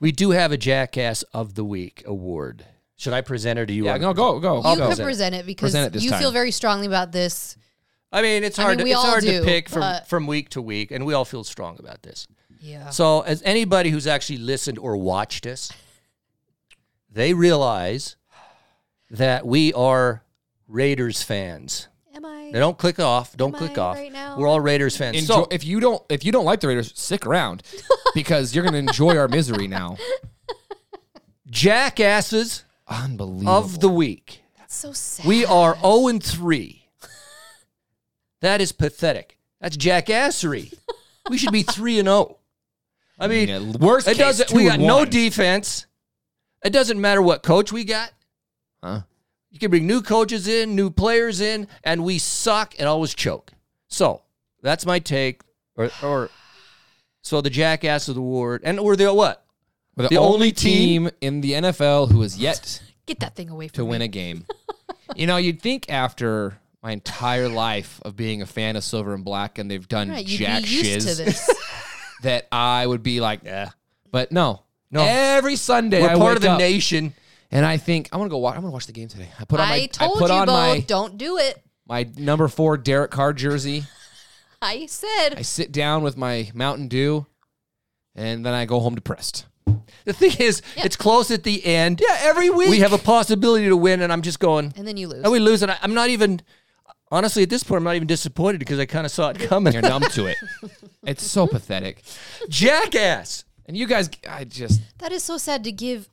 B: we do have a jackass of the week award. Should I present it to you?
C: Yeah,
B: on-
C: no, go go.
A: You
C: go.
A: could present it because
C: Present it this
A: you
C: time.
A: feel very strongly about this.
B: I mean, it's
A: I
B: hard.
A: mean, we
B: to, it's
A: all
B: hard
A: do,
B: to pick from
A: but-
B: from week to week, and we all feel strong about this.
A: Yeah.
B: So, as anybody who's actually listened or watched us, they realize that we are Raiders fans.
A: Am I?
B: Now, don't click off. Don't
A: Am
B: click
A: I
B: off.
A: right now?
B: We're all Raiders fans.
C: Enjoy,
B: so,
C: if you don't if you don't like the Raiders, stick around because you're gonna enjoy our misery now.
B: jackasses
C: Unbelievable.
B: of the week.
A: That's so sad.
B: We are 0 and 3. That is pathetic. That's jackassery. We should be 3 and 0. I mean,
C: Yeah, worst
B: it
C: case,
B: doesn't
C: two
B: we got
C: and
B: no
C: one.
B: defense. It doesn't matter what coach we got.
C: Huh?
B: You can bring new coaches in, new players in, and we suck and always choke. So, that's my take or or so the jackass of the award and we're the what?
C: We're the,
B: The
C: only,
B: only
C: team in the NFL who has yet
A: Get that thing away from
C: to
A: me.
C: win a game. you know, you'd think after my entire life of being a fan of Silver and Black and they've done
A: Right, you'd
C: jack
A: be used to
C: shiz
A: this.
C: that I would be like, eh. But no.
B: No.
C: Every Sunday
B: We're
C: I
B: part
C: wake
B: of the
C: up
B: nation.
C: and I think I'm gonna go watch I'm gonna watch the game today. I put on my
A: I told
C: I put
A: you
C: on
A: both,
C: my,
A: don't do it.
C: my number four Derek Carr jersey.
A: I said
C: I sit down with my Mountain Dew, and then I go home depressed.
B: The thing is,
A: Yeah.
B: it's close at the end.
C: Yeah, every week.
B: We have a possibility to win, and I'm just going,
A: and then you lose.
B: and we lose. And I, I'm not even, honestly, at this point, I'm not even disappointed because I kind of saw it coming.
C: You're numb to it. It's so pathetic.
B: Jackass.
C: And you guys, I just
A: that is so sad to give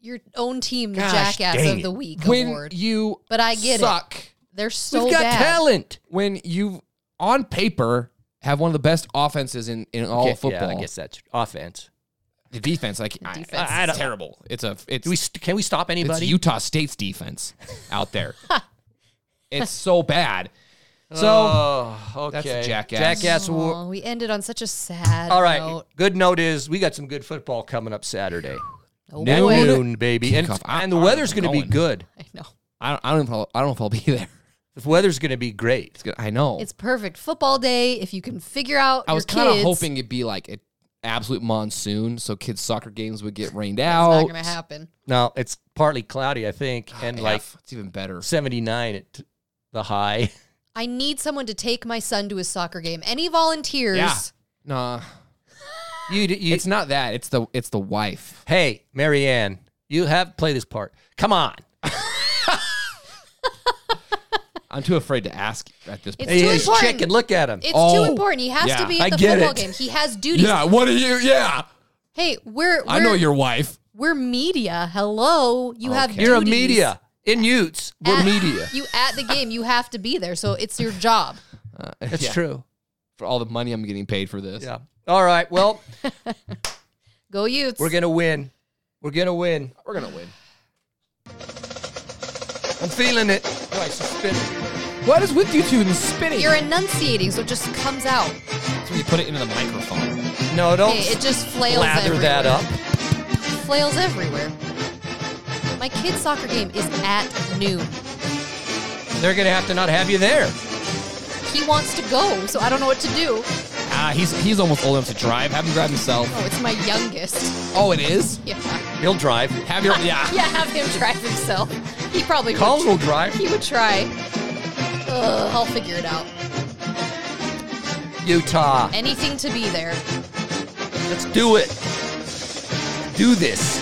A: your own team the
C: Gosh,
A: Jackass
C: dang
A: of
C: it.
A: the Week
C: when
A: award.
C: you
A: But I get it.
C: suck,
A: They're so
B: We've got
A: bad.
B: talent.
C: when you on paper have one of the best offenses in in all
B: Okay,
C: of football.
B: Yeah, I guess that's offense.
C: The defense, like I-
A: Defense
C: I, I,
A: is
C: don't- terrible. It's a it's
B: Do we? st- Can we stop
C: it's
B: anybody?
C: Utah State's defense out there. it's so bad. So
B: Oh, okay.
C: That's a jackass.
B: Jackass award.
A: Aw, we ended on such a sad
B: All right.
A: note.
B: Good note is we got some good football coming up Saturday.
A: Oh,
C: Now
A: boy.
C: we-
B: Noon, baby. And,
C: Kickoff. I-
B: and the
C: I-
B: weather's
C: I'm
B: going to be
C: going.
B: good.
A: I know.
C: I don't I don't, know if I'll, I don't know if I'll be there.
B: The weather's going to be great.
C: It's good. I know.
A: It's perfect football day if you can figure out.
C: I was
A: kind
C: kind of hoping it'd be like an absolute monsoon, so kids' soccer games would get rained out.
A: Not gonna happen.
B: Now, it's partly cloudy, I think, and
C: F,
B: like
C: it's even better.
B: 79 at t- the high.
A: I need someone to take my son to his soccer game. Any volunteers?
C: Yeah. Nah.
B: You, d- you
C: It's not that. It's the it's the wife.
B: Hey, Marianne, you have play this part. Come on.
C: I'm too afraid to ask at this point.
A: It's
B: Hey,
A: too
B: he's
A: important.
B: chicken. Look at him.
A: It's
C: Oh,
A: too important. He has
C: yeah.
A: to be
B: I
A: at the
B: get
A: football
B: it.
A: game. He has duties.
C: what are you? Yeah.
A: Hey, we're, we're
C: wife.
A: we're media. Hello, you have
C: Okay.
B: You're a
A: duties
B: media. In Utes, we're
A: at-
B: media.
A: You at the game, you have to be there. So it's your job.
B: That's true.
C: For all the money I'm getting paid for this.
B: Yeah. All right. Well,
A: Go Utes.
B: we're going to win. We're going to win.
C: We're gonna win.
B: I'm feeling it. Oh, I suspended.
C: What is with you two and spinning?
A: You're enunciating, so it just comes out.
C: That's when you put it into the microphone.
B: No, don't
A: Hey, it just flails
B: Oh, lather
A: everywhere.
B: that up.
A: Flails everywhere. My kid's soccer game is at noon.
B: They're going to have to not have you there.
A: He wants to go, so I don't know what to do.
C: Ah, he's he's almost old enough to drive. Have him drive himself.
A: Oh, it's my youngest.
C: Oh, it is.
A: Yeah.
B: He'll drive.
C: Have your yeah.
A: Yeah, have him try himself. He probably
B: Collins
A: would.
B: will drive.
A: He would try. Ugh, I'll figure it out.
B: Utah.
A: Anything to be there.
B: Let's do it. Do this.